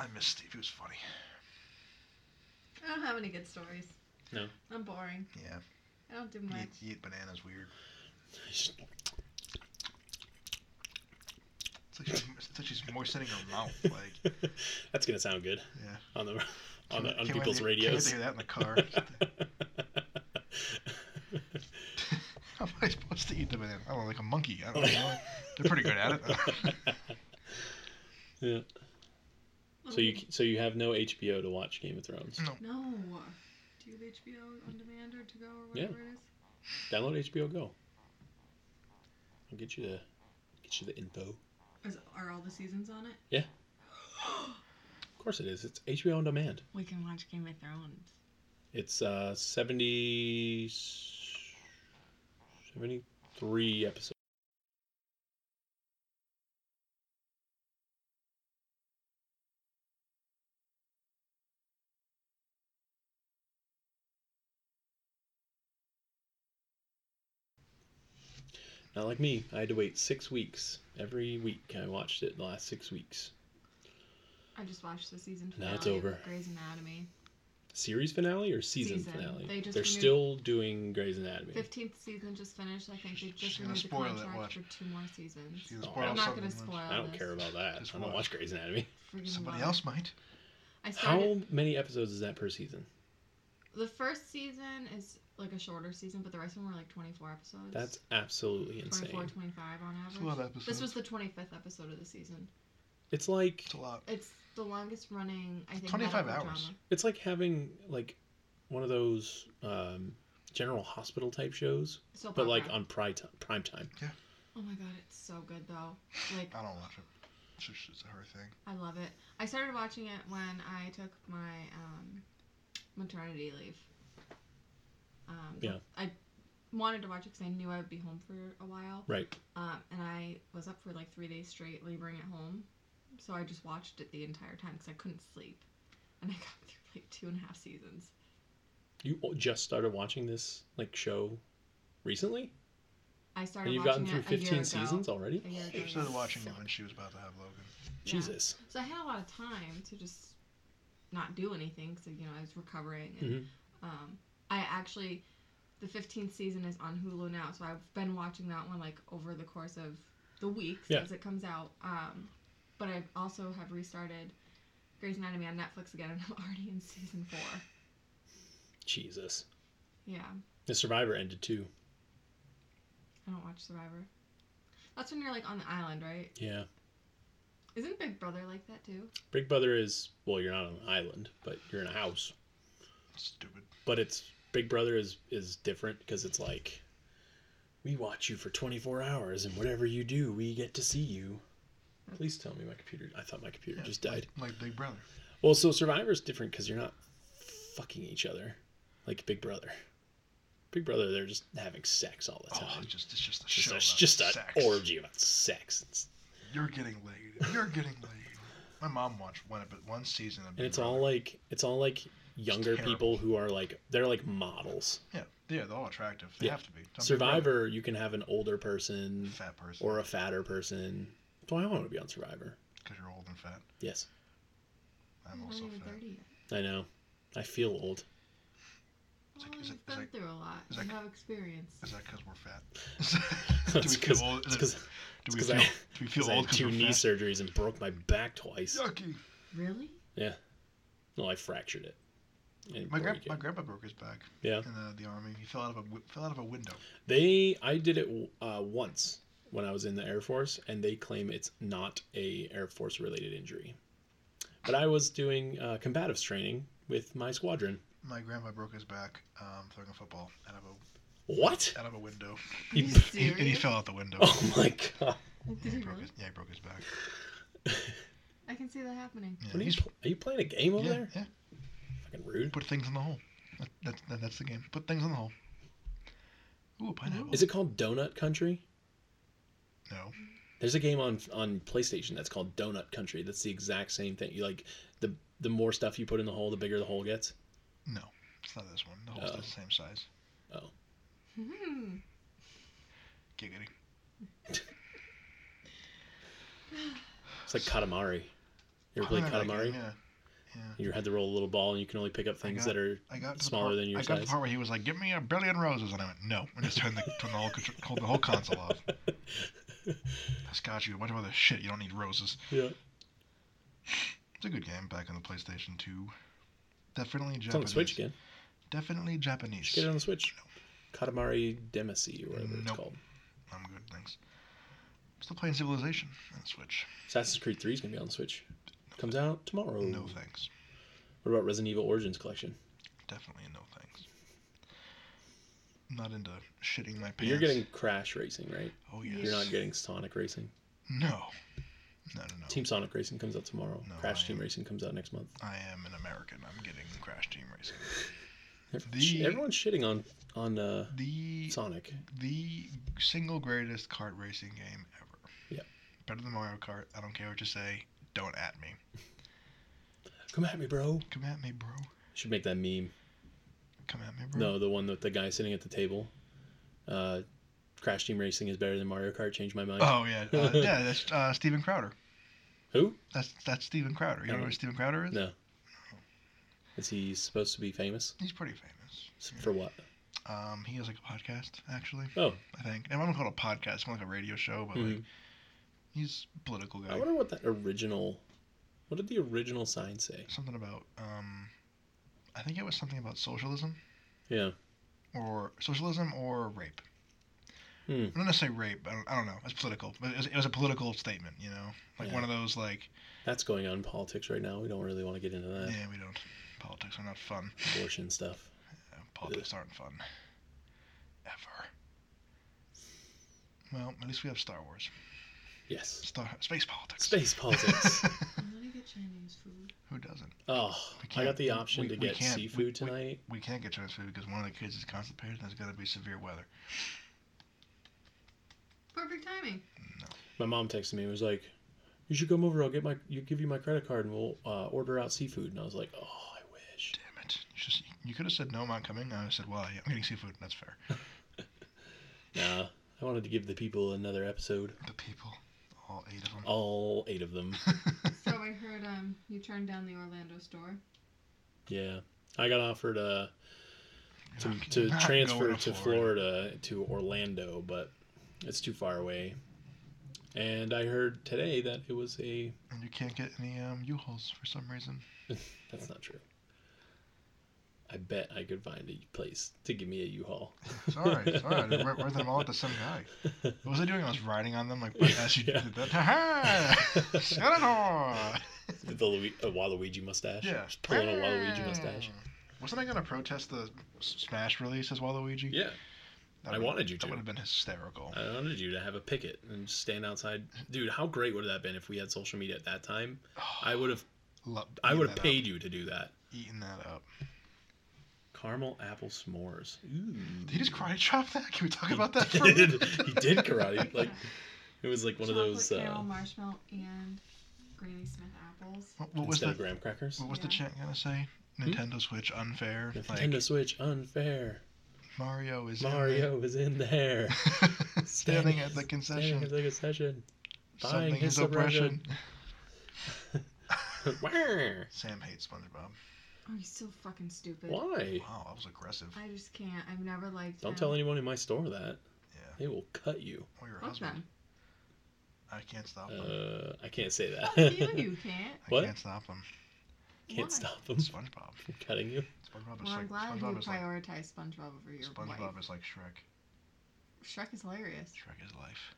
Speaker 2: I miss Steve. He was funny.
Speaker 4: I don't have any good stories.
Speaker 1: No.
Speaker 4: I'm boring.
Speaker 2: Yeah.
Speaker 4: I don't do
Speaker 2: You
Speaker 4: much.
Speaker 2: eat, you eat bananas weird. It's like she's, it's like she's moistening her mouth. Like,
Speaker 1: [LAUGHS] That's gonna sound good
Speaker 2: [LAUGHS] yeah.
Speaker 1: on the on the on
Speaker 2: Can't wait to
Speaker 1: people's
Speaker 2: hear-
Speaker 1: radios. [LAUGHS]
Speaker 2: Can't wait [LAUGHS] to hear that in the car. How am I supposed to eat the banana? Oh, like a monkey. [LAUGHS] I don't know. They're pretty good at [LAUGHS] it.
Speaker 1: [LAUGHS] yeah. Mm-hmm. So you so you have no HBO to watch Game of Thrones.
Speaker 2: No.
Speaker 4: No. Do you have HBO on demand or to go or
Speaker 1: Yeah.
Speaker 4: whatever it
Speaker 1: Download
Speaker 4: is?
Speaker 1: HBO Go. I'll get you the get you the info.
Speaker 4: Is, are all the seasons on it?
Speaker 1: Yeah. Of course it is. It's HBO on demand.
Speaker 4: [GASPS] we can watch Game of Thrones.
Speaker 1: It's uh 70 73 episodes. Not like me. I had to wait six weeks. Every week I watched it the last six weeks.
Speaker 4: I just watched the season
Speaker 1: Now
Speaker 4: finale.
Speaker 1: it's
Speaker 4: of
Speaker 1: over.
Speaker 4: Grey's Anatomy.
Speaker 1: Series finale or season,
Speaker 4: Season.
Speaker 1: finale?
Speaker 4: They just
Speaker 1: They're
Speaker 4: renewed-
Speaker 1: still doing Grey's Anatomy.
Speaker 4: Fifteenth season just finished. I think they
Speaker 2: She's
Speaker 4: just
Speaker 2: gonna
Speaker 4: renewed the
Speaker 2: spoil it,
Speaker 4: contract
Speaker 2: watch.
Speaker 4: for two more seasons.
Speaker 2: She's gonna
Speaker 1: Oh,
Speaker 2: spoil
Speaker 4: I'm not
Speaker 2: something
Speaker 4: gonna
Speaker 2: once.
Speaker 4: spoil.
Speaker 1: I don't
Speaker 4: this.
Speaker 1: care about that.
Speaker 2: Just
Speaker 1: I don't
Speaker 2: watch.
Speaker 1: watch Grey's Anatomy.
Speaker 4: Friggin'
Speaker 2: Somebody
Speaker 4: love
Speaker 2: else
Speaker 4: it.
Speaker 2: might.
Speaker 4: I started.
Speaker 1: How many episodes is that per season?
Speaker 4: The first season is like a shorter season, but the rest of them were like 24 episodes.
Speaker 1: That's absolutely
Speaker 4: 24,
Speaker 1: insane.
Speaker 4: 25 on
Speaker 2: It's
Speaker 4: average.
Speaker 2: a lot of episodes.
Speaker 4: This was the 25th episode of the season.
Speaker 1: It's like
Speaker 2: It's a lot.
Speaker 4: It's the longest running, I think.
Speaker 2: 25
Speaker 4: medical
Speaker 2: hours.
Speaker 4: drama.
Speaker 1: it's like having like one of those um, general hospital type shows,
Speaker 4: Soap
Speaker 1: but like
Speaker 4: opera.
Speaker 1: on prime time, prime time.
Speaker 4: Oh my god, it's so good though. Like,
Speaker 2: I don't watch it. It's just it's her thing.
Speaker 4: I love it. I started watching it when I took my um, maternity leave. Um,
Speaker 1: Yeah.
Speaker 4: I wanted to watch it because I knew I would be home for a while.
Speaker 1: Right.
Speaker 4: Um, and I was up for like three days straight laboring at home. So I just watched it the entire time because I couldn't sleep. And I got [LAUGHS] through like two and a half seasons.
Speaker 1: You o- just started watching this like show recently,
Speaker 4: I started
Speaker 1: and you've
Speaker 4: watching
Speaker 1: gotten through
Speaker 4: it a year ago.
Speaker 1: fifteen seasons already.
Speaker 4: A year ago,
Speaker 2: She started
Speaker 4: yes.
Speaker 2: watching it when she was about to have Logan.
Speaker 4: Yeah.
Speaker 1: Jesus.
Speaker 4: So I had a lot of time to just not do anything because you know I was recovering. And,
Speaker 1: Mhm.
Speaker 4: um, I actually the 15th season is on Hulu now, so I've been watching that one like over the course of the weeks
Speaker 1: Yeah.
Speaker 4: as it comes out. Um, But I also have restarted Grey's Anatomy on Netflix again, and I'm [LAUGHS] already in season four.
Speaker 1: Jesus.
Speaker 4: Yeah,
Speaker 1: The Survivor ended too.
Speaker 4: I don't watch Survivor. That's when you're like on the island, right?
Speaker 1: Yeah.
Speaker 4: Isn't Big Brother like that too?
Speaker 1: Big Brother is well, you're not on an island, but you're in a house.
Speaker 2: Stupid.
Speaker 1: But it's Big Brother is is different because it's like we watch you for 24 hours and whatever you do, we get to see you. Please tell me my computer. I thought my computer
Speaker 2: Yeah,
Speaker 1: just died.
Speaker 2: Like, like Big Brother.
Speaker 1: Well, so Survivor's different because you're not fucking each other like Big Brother. Big Brother, they're just having sex all the
Speaker 2: Oh,
Speaker 1: time.
Speaker 2: it's just it's just a
Speaker 1: It's
Speaker 2: show.
Speaker 1: just,
Speaker 2: about
Speaker 1: just an
Speaker 2: sex.
Speaker 1: orgy about sex. It's-
Speaker 2: You're getting laid. You're getting laid. My mom watched one but one season of
Speaker 1: and
Speaker 2: Big
Speaker 1: it's all like it's all like younger
Speaker 2: terrible.
Speaker 1: people who are like they're like models.
Speaker 2: Brother. yeah, yeah, they're all attractive. They
Speaker 1: Yeah.
Speaker 2: have to be. It's on Big Brother.
Speaker 1: Survivor, you can have an older person
Speaker 2: Fat person.
Speaker 1: or a fatter person. So I want to be on Survivor.
Speaker 2: because you're old and fat.
Speaker 1: Yes,
Speaker 2: I'm
Speaker 4: not
Speaker 2: also
Speaker 4: even
Speaker 2: fat.
Speaker 4: 30 yet.
Speaker 1: I know. I feel old.
Speaker 2: It's
Speaker 4: Well,
Speaker 2: like- is
Speaker 4: Oh, you've
Speaker 2: it- is
Speaker 4: been
Speaker 2: it-
Speaker 4: through a lot.
Speaker 2: is
Speaker 4: You
Speaker 2: it-
Speaker 4: have experience.
Speaker 2: Is that because
Speaker 1: [LAUGHS]
Speaker 2: we're [LAUGHS] fat? [LAUGHS] do we
Speaker 1: It's
Speaker 2: feel
Speaker 1: 'cause-
Speaker 2: old?
Speaker 1: it's
Speaker 2: Is
Speaker 1: 'cause-
Speaker 2: it, do we
Speaker 1: 'cause
Speaker 2: feel?
Speaker 1: I-
Speaker 2: do we
Speaker 1: 'Cause
Speaker 2: feel
Speaker 1: I
Speaker 2: old?
Speaker 1: had
Speaker 2: 'cause
Speaker 1: two
Speaker 2: we're
Speaker 1: knee
Speaker 2: fat?
Speaker 1: surgeries and broke my back twice.
Speaker 2: Yucky.
Speaker 4: Really?
Speaker 1: No, I fractured it. I didn't
Speaker 2: My, gran-
Speaker 1: break it.
Speaker 2: my grandpa broke his back
Speaker 1: Yeah.
Speaker 2: in the, the army. He fell out of a wi- fell out of a window.
Speaker 1: They, I did it uh, once when I was in the Air Force, and they claim it's not a Air Force related injury. But I was doing uh, combatives training with my squadron.
Speaker 2: My grandpa broke his back um, throwing a football out of a
Speaker 1: What?
Speaker 2: out of a window. [LAUGHS]
Speaker 4: Are you
Speaker 2: He, and he
Speaker 4: serious?
Speaker 2: fell out the window.
Speaker 1: Oh my [LAUGHS] god!
Speaker 4: Did
Speaker 2: he
Speaker 4: he
Speaker 2: broke
Speaker 4: really?
Speaker 2: his, yeah, he broke his back.
Speaker 4: I can see that happening.
Speaker 2: Yeah,
Speaker 1: What are you?
Speaker 2: he's-
Speaker 1: Are you playing a game over
Speaker 2: yeah,
Speaker 1: there?
Speaker 2: yeah.
Speaker 1: Fucking rude.
Speaker 2: Put things in the hole. That, that's that, that's the game. Put things in the hole. Ooh, a pineapple.
Speaker 1: Is it called Donut Country?
Speaker 2: No.
Speaker 1: There's a game on on PlayStation that's called Donut Country. That's the exact same thing. You like the the more stuff you put in the hole, the bigger the hole gets.
Speaker 2: No. It's not this one. The hole's
Speaker 1: Oh.
Speaker 2: the same size.
Speaker 4: Hmm.
Speaker 2: Giggity.
Speaker 1: It's like Katamari. You ever
Speaker 2: I
Speaker 1: played
Speaker 2: remember that
Speaker 1: Katamari?
Speaker 2: game, yeah.
Speaker 1: You had to roll a little ball, and you can only pick up things
Speaker 2: got-
Speaker 1: that are
Speaker 2: I got to
Speaker 1: Smaller
Speaker 2: the part,
Speaker 1: than your
Speaker 2: I got to the
Speaker 1: size.
Speaker 2: part where he was like, "Give me a billion roses," and I went, "No," and just turned the turned the whole contr- the whole console off. That's got you. What about this shit? You don't need roses.
Speaker 1: [LAUGHS] yeah.
Speaker 2: It's a good game back on the PlayStation 2. Definitely Japanese.
Speaker 1: It's on the Switch again.
Speaker 2: Definitely
Speaker 1: You should get
Speaker 2: Japanese.
Speaker 1: it on the Switch. Katamari Damacy, or whatever it's
Speaker 2: Nope.
Speaker 1: called.
Speaker 2: I'm good, thanks. Still playing Civilization on Switch.
Speaker 1: Assassin's Creed 3 is going to be on the Switch. Comes out tomorrow.
Speaker 2: No thanks.
Speaker 1: What about Resident Evil Origins Collection?
Speaker 2: Definitely no thanks. I'm not into shitting my pants.
Speaker 1: But You're getting Crash Racing, right?
Speaker 2: Oh yes.
Speaker 1: You're not getting Sonic Racing.
Speaker 2: No. No, no, no.
Speaker 1: Team Sonic Racing comes out tomorrow.
Speaker 2: No,
Speaker 1: Crash
Speaker 2: I
Speaker 1: Team
Speaker 2: am-
Speaker 1: Racing comes out next month.
Speaker 2: I am an American. I'm getting Crash Team Racing. The-
Speaker 1: Everyone's Everyone's shitting on on uh,
Speaker 2: The
Speaker 1: Sonic.
Speaker 2: the single greatest kart racing game ever.
Speaker 1: Yep.
Speaker 2: Better than Mario Kart. I don't care what you say. Don't at me.
Speaker 1: Come at me, bro.
Speaker 2: Come at me, bro.
Speaker 1: Should make that meme.
Speaker 2: Come at me, bro.
Speaker 1: No, the one with the guy sitting at the table. Uh, Crash Team Racing is better than Mario Kart. Change my mind.
Speaker 2: Oh
Speaker 1: [LAUGHS]
Speaker 2: yeah, uh, yeah. That's uh, Steven Crowder.
Speaker 1: Who?
Speaker 2: That's that's Steven Crowder.
Speaker 1: I
Speaker 2: You know who
Speaker 1: don't-
Speaker 2: Steven Crowder is?
Speaker 1: No. Is he supposed to be famous
Speaker 2: He's pretty famous.
Speaker 1: S- for what?
Speaker 2: Um, he has like a podcast actually.
Speaker 1: Oh.
Speaker 2: I think. I don't call it a podcast. It's more like a radio show, but like
Speaker 1: Mhm.
Speaker 2: he's a political guy.
Speaker 1: I wonder what that original. What did the original sign say?
Speaker 2: Something about um, I think it was something about socialism
Speaker 1: Yeah.
Speaker 2: or socialism or rape.
Speaker 1: Hmm.
Speaker 2: I don't necessarily rape. I don't, I don't know. It's political, but it was, it was a political statement. You know, like
Speaker 1: Yeah.
Speaker 2: one of those like
Speaker 1: That's going on in politics right now. We don't really want to get into that
Speaker 2: yeah, we don't. Politics are not fun.
Speaker 1: abortion stuff.
Speaker 2: Uh, Politics aren't fun. Ever. Well, at least we have Star Wars.
Speaker 1: Yes.
Speaker 2: Star space politics.
Speaker 1: Space politics.
Speaker 4: I'm gonna get Chinese food.
Speaker 2: [LAUGHS] Who doesn't?
Speaker 1: oh,
Speaker 2: We
Speaker 1: I
Speaker 2: can't-
Speaker 1: got the
Speaker 2: we-
Speaker 1: option
Speaker 2: we-
Speaker 1: to
Speaker 2: we
Speaker 1: get
Speaker 2: can't- we-
Speaker 1: seafood
Speaker 2: we-
Speaker 1: tonight.
Speaker 2: We can't get Chinese food because one of the kids is constipated and there's going to be severe weather.
Speaker 4: Perfect timing.
Speaker 1: My mom texted me and was like, "You should come over. I'll get my, you give you my credit card and we'll uh, order out seafood." And I was like, "Oh, I wish."
Speaker 2: Damn it. You, just, you could have said, no, I'm not coming. I said, well, yeah, I'm getting seafood. That's fair.
Speaker 1: Nah, I wanted to give the people another episode.
Speaker 2: The people, all eight of them. [LAUGHS]
Speaker 1: All eight of them.
Speaker 4: So I heard um you turned down the Orlando store.
Speaker 1: Yeah, I got offered uh, to
Speaker 2: [LAUGHS] Not-
Speaker 1: to
Speaker 2: not
Speaker 1: transfer
Speaker 2: going
Speaker 1: to Florida to Orlando, but it's too far away. And I heard today that it was a.
Speaker 2: And you can't get any um, U-Hauls for some reason.
Speaker 1: That's not true. I bet I could find a place to give me a U-Haul.
Speaker 2: It's all right. It's all right. I rented them all out to some guy.
Speaker 1: [LAUGHS]
Speaker 2: What was I doing? I was riding on them like as you
Speaker 1: Yeah.
Speaker 2: did that. Ha ha!
Speaker 1: [LAUGHS]
Speaker 2: Senator!
Speaker 1: With the Lu- a Waluigi mustache.
Speaker 2: Yeah. Hmm.
Speaker 1: Just pulling a Waluigi mustache.
Speaker 2: Wasn't I gonna protest the S- Smash release as Waluigi?
Speaker 1: Yeah,
Speaker 2: That
Speaker 1: I
Speaker 2: would-
Speaker 1: wanted you
Speaker 2: That
Speaker 1: to.
Speaker 2: would have been hysterical.
Speaker 1: I wanted you to have a picket and just stand outside. Dude, how great would that have been if we had social media at that time?
Speaker 2: [SIGHS]
Speaker 1: I would have.
Speaker 2: Lo-
Speaker 1: I
Speaker 2: eating
Speaker 1: would
Speaker 2: that
Speaker 1: have
Speaker 2: up.
Speaker 1: paid you to do that.
Speaker 2: Eating that up.
Speaker 1: Caramel apple s'mores. Ooh.
Speaker 2: Did he just karate chop that? Can we talk
Speaker 1: He
Speaker 2: about that? For a
Speaker 1: did.
Speaker 2: minute?
Speaker 1: He did karate. Like it was like one of those.
Speaker 4: Chocolate caramel
Speaker 1: Uh,
Speaker 4: marshmallow and Granny Smith apples.
Speaker 2: [LAUGHS] What, what was
Speaker 1: instead
Speaker 2: the
Speaker 1: of graham crackers.
Speaker 2: What was the
Speaker 4: Yeah.
Speaker 2: chant gonna say? Nintendo Switch unfair.
Speaker 1: Hmm? Nintendo
Speaker 2: Like
Speaker 1: Switch unfair.
Speaker 2: Mario is in
Speaker 1: Mario is in there.
Speaker 2: there. [LAUGHS] standing at the concession,
Speaker 1: Standing at the concession. [LAUGHS] buying
Speaker 2: something
Speaker 1: his
Speaker 2: is oppression.
Speaker 1: Wah!
Speaker 2: Sam hates SpongeBob.
Speaker 4: Oh, he's so fucking stupid.
Speaker 1: Why?
Speaker 2: Wow, that was aggressive.
Speaker 4: I just can't. I've never liked
Speaker 1: Don't
Speaker 4: him.
Speaker 1: tell anyone in my store that.
Speaker 2: Yeah.
Speaker 1: They will cut you.
Speaker 2: Or your
Speaker 4: Fuck
Speaker 2: husband.
Speaker 4: them.
Speaker 2: [LAUGHS] I can't stop them.
Speaker 1: Uh, I can't say
Speaker 4: Fuck
Speaker 1: that. [LAUGHS]
Speaker 4: you, you can't.
Speaker 2: I
Speaker 1: what?
Speaker 2: can't
Speaker 1: [LAUGHS]
Speaker 2: stop them.
Speaker 1: can't
Speaker 4: Why?
Speaker 1: stop them from
Speaker 2: SpongeBob.
Speaker 1: cutting you.
Speaker 2: SpongeBob is
Speaker 4: Well, I'm
Speaker 2: like
Speaker 4: glad you
Speaker 2: SpongeBob is like
Speaker 4: prioritize SpongeBob over your
Speaker 2: SpongeBob
Speaker 4: wife.
Speaker 2: is like Shrek.
Speaker 4: Shrek is hilarious.
Speaker 2: Shrek is life.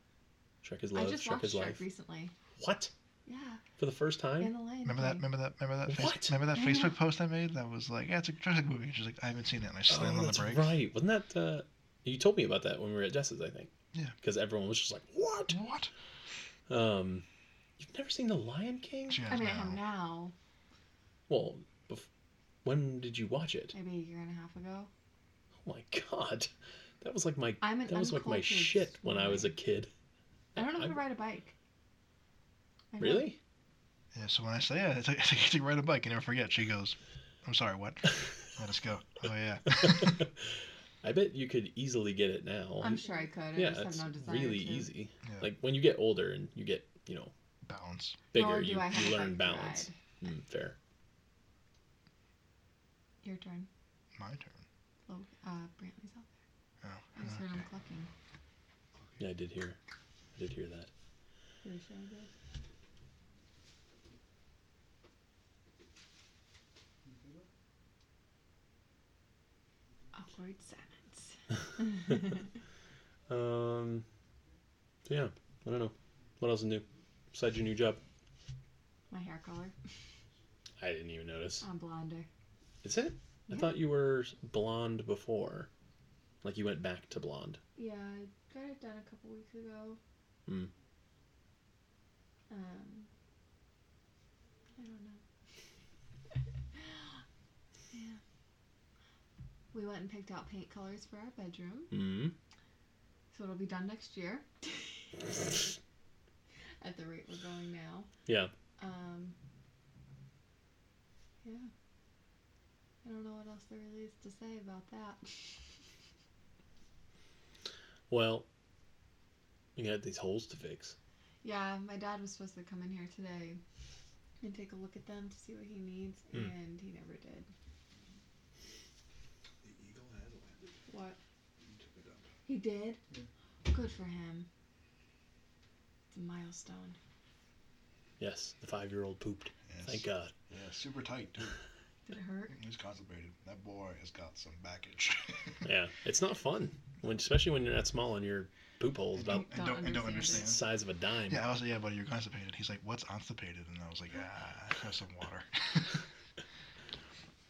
Speaker 1: Shrek is
Speaker 4: I
Speaker 1: love.
Speaker 4: just
Speaker 1: Shrek
Speaker 4: watched
Speaker 1: is
Speaker 4: Shrek
Speaker 1: life.
Speaker 4: recently.
Speaker 1: What?
Speaker 4: Yeah,
Speaker 1: For the first time?
Speaker 4: and the Lion
Speaker 2: Remember that?
Speaker 4: King.
Speaker 2: Remember that? Remember that?
Speaker 1: What?
Speaker 2: Face, remember that
Speaker 4: Yeah.
Speaker 2: Facebook post I made that was like, yeah, it's a Jurassic movie. And she's like, I haven't seen it, and I slammed
Speaker 1: oh,
Speaker 2: on the
Speaker 1: that's
Speaker 2: brakes.
Speaker 1: right. Wasn't that? Uh, you told me about that when we were at Jess's, I think.
Speaker 2: Yeah.
Speaker 1: Because everyone was just like, "What?
Speaker 2: What?
Speaker 1: Um, you've never seen The Lion King?
Speaker 2: She
Speaker 4: I
Speaker 2: has
Speaker 4: mean, I
Speaker 2: now.
Speaker 4: have now,
Speaker 1: Well, bef- when did you watch it?
Speaker 4: maybe a year and a half ago.
Speaker 1: Oh my god, that was like my
Speaker 4: I'm an
Speaker 1: that was like my
Speaker 4: uncultured
Speaker 1: shit when I was a
Speaker 4: swine.
Speaker 1: kid.
Speaker 4: I don't know how
Speaker 1: I'm-
Speaker 4: to ride a bike. I don't.
Speaker 1: Really? [LAUGHS]
Speaker 4: [LAUGHS]
Speaker 2: Yeah, so when I say yeah, it's like, [LAUGHS] it's like you ride a bike, you never forget. She goes, I'm sorry, what? Let us go. Oh yeah.
Speaker 1: I bet you could easily get it now.
Speaker 4: I'm sure I could. I
Speaker 1: yeah,
Speaker 4: just have
Speaker 1: it's
Speaker 4: no desire
Speaker 1: really
Speaker 4: to.
Speaker 1: easy.
Speaker 2: Yeah.
Speaker 1: Like when you get older and you get you know
Speaker 2: Balance.
Speaker 1: bigger,
Speaker 4: Nor do
Speaker 1: you,
Speaker 4: I have
Speaker 1: you
Speaker 4: a
Speaker 1: learn
Speaker 4: bike to
Speaker 1: balance. Mm, fair.
Speaker 4: Your turn.
Speaker 2: My turn.
Speaker 4: Lo- uh, Brantley's out
Speaker 2: Oh.
Speaker 4: there. I just heard
Speaker 2: okay.
Speaker 4: him clucking.
Speaker 1: Yeah, I did hear. I did hear that.
Speaker 4: Pretty sure I did. Awkward
Speaker 1: [LAUGHS]
Speaker 4: silence.
Speaker 1: Um. So yeah, I don't know. What else is new? Besides your new job,
Speaker 4: [LAUGHS] My hair color.
Speaker 1: I didn't even notice.
Speaker 4: I'm blonder.
Speaker 1: Oh. Is it? I
Speaker 4: Yeah.
Speaker 1: thought you were blonde before. Like you went back to blonde.
Speaker 4: Yeah, I got it done a couple weeks ago.
Speaker 1: Hmm.
Speaker 4: Um, I don't know. yeah. We went and picked out paint colors for our bedroom,
Speaker 1: Hmm.
Speaker 4: so it'll be done next year. [LAUGHS] At the rate we're going now.
Speaker 1: [LAUGHS] Yeah.
Speaker 4: Um, yeah. I don't know what else there really is to say about that. [LAUGHS]
Speaker 1: Well, you got these holes to fix.
Speaker 4: Yeah, my dad was supposed to come in here today and take a look at them to see what he needs,
Speaker 1: Hmm.
Speaker 4: and he never did.
Speaker 5: The eagle has landed.
Speaker 4: What?
Speaker 5: You took it up.
Speaker 4: He did?
Speaker 5: Yeah.
Speaker 4: Good for him. It's a milestone.
Speaker 1: Yes, the five-year-old pooped.
Speaker 2: Yes.
Speaker 1: Thank God.
Speaker 2: Yeah, super tight too.
Speaker 4: Did it hurt?
Speaker 2: He's constipated. That boy has got some baggage.
Speaker 1: Yeah, it's not fun when, especially when you're that small and your poop hole is
Speaker 2: And
Speaker 1: about
Speaker 2: don't, and don't, and don't
Speaker 1: the
Speaker 4: understand
Speaker 2: understand.
Speaker 1: size of a dime.
Speaker 2: Yeah, I was like, yeah, buddy, you're constipated. He's like, what's constipated? And I was like, ah, [LAUGHS] have some water.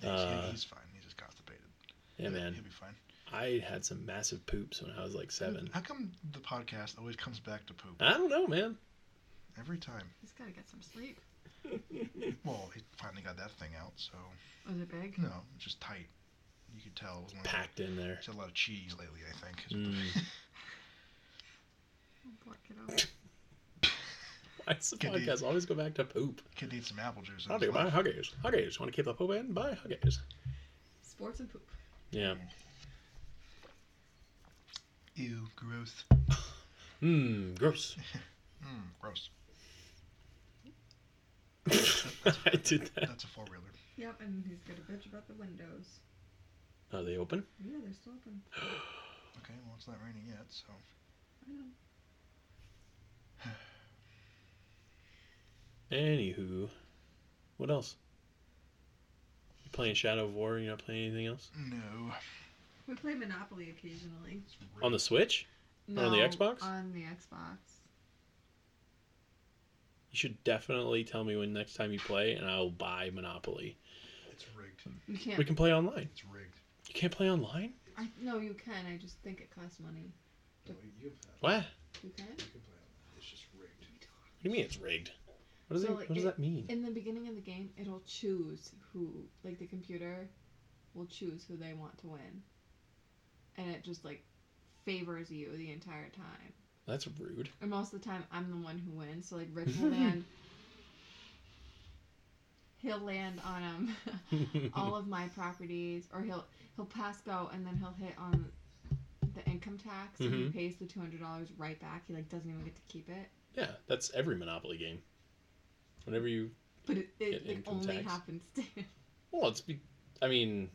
Speaker 2: Yeah, he's-
Speaker 1: Uh,
Speaker 2: he's fine. He's just constipated.
Speaker 1: Yeah,
Speaker 2: He'll-
Speaker 1: man.
Speaker 2: He'll be fine.
Speaker 1: I had some massive poops when I was like seven.
Speaker 2: How come the podcast always comes back to poop
Speaker 1: I don't know,
Speaker 2: [LAUGHS]
Speaker 1: man.
Speaker 2: every time?
Speaker 4: He's gotta get some sleep.
Speaker 2: Well, he finally got that thing out, so
Speaker 4: Was it big?
Speaker 2: No, it's just tight. You could tell. It was one of-
Speaker 1: Packed in
Speaker 2: [LAUGHS]
Speaker 1: there.
Speaker 2: It's had a lot of cheese lately, I think. is what the-
Speaker 1: Mm.
Speaker 4: Oh, poor kiddo.
Speaker 1: Why does the
Speaker 2: Good deed.
Speaker 1: podcast always go back to poop?
Speaker 2: Kid needs some apple juice. in
Speaker 1: I'll
Speaker 2: his
Speaker 1: do buy
Speaker 2: life.
Speaker 1: huggies. Huggies. Want to keep the poop in? Buy huggies.
Speaker 4: Sports and poop.
Speaker 1: Yeah.
Speaker 2: Ew, gross.
Speaker 1: Mmm, gross. [LAUGHS]
Speaker 2: Mm, gross.
Speaker 1: I did that.
Speaker 2: That's a four wheeler.
Speaker 4: Yep, and he's got a bitch about the windows.
Speaker 1: Are they open? [GASPS]
Speaker 4: Yeah, they're still open.
Speaker 2: Okay, well, it's not raining yet, so.
Speaker 4: I know.
Speaker 1: Anywho, what else? You playing Shadow of War? You're not playing anything else
Speaker 2: No.
Speaker 4: We play Monopoly occasionally.
Speaker 1: on the Switch? On the
Speaker 3: No,
Speaker 1: Xbox?
Speaker 3: On the Xbox.
Speaker 1: You should definitely tell me when next time you play, and I'll buy Monopoly.
Speaker 6: It's rigged.
Speaker 3: You can't.
Speaker 1: We can play online.
Speaker 6: It's rigged.
Speaker 1: You can't play online.
Speaker 4: I, no, you can. I just think it costs money.
Speaker 6: No, you can play on
Speaker 1: What?
Speaker 4: You can?
Speaker 6: that. You can play on that. It's just rigged.
Speaker 1: What do you mean it's rigged? What does
Speaker 4: So,
Speaker 1: it,
Speaker 4: like,
Speaker 1: What does
Speaker 4: it-
Speaker 1: that mean?
Speaker 4: In the beginning of the game, it'll choose who, like the computer will choose who they want to win. And it just like favors you the entire time.
Speaker 1: That's rude. [LAUGHS]
Speaker 4: And most of the time, I'm the one who wins. So like Rich will land, he'll land on him, [LAUGHS] all of my properties, or he'll he'll pass go and then he'll hit on the income tax and he
Speaker 1: Mhm.
Speaker 4: pays the two hundred dollars right back. He like doesn't even get to keep it.
Speaker 1: yeah, that's every Monopoly game. Whenever you,
Speaker 4: But it,
Speaker 1: Get
Speaker 4: it like,
Speaker 1: income
Speaker 4: only
Speaker 1: tax.
Speaker 4: happens to him.
Speaker 1: well, it's. Be, I mean,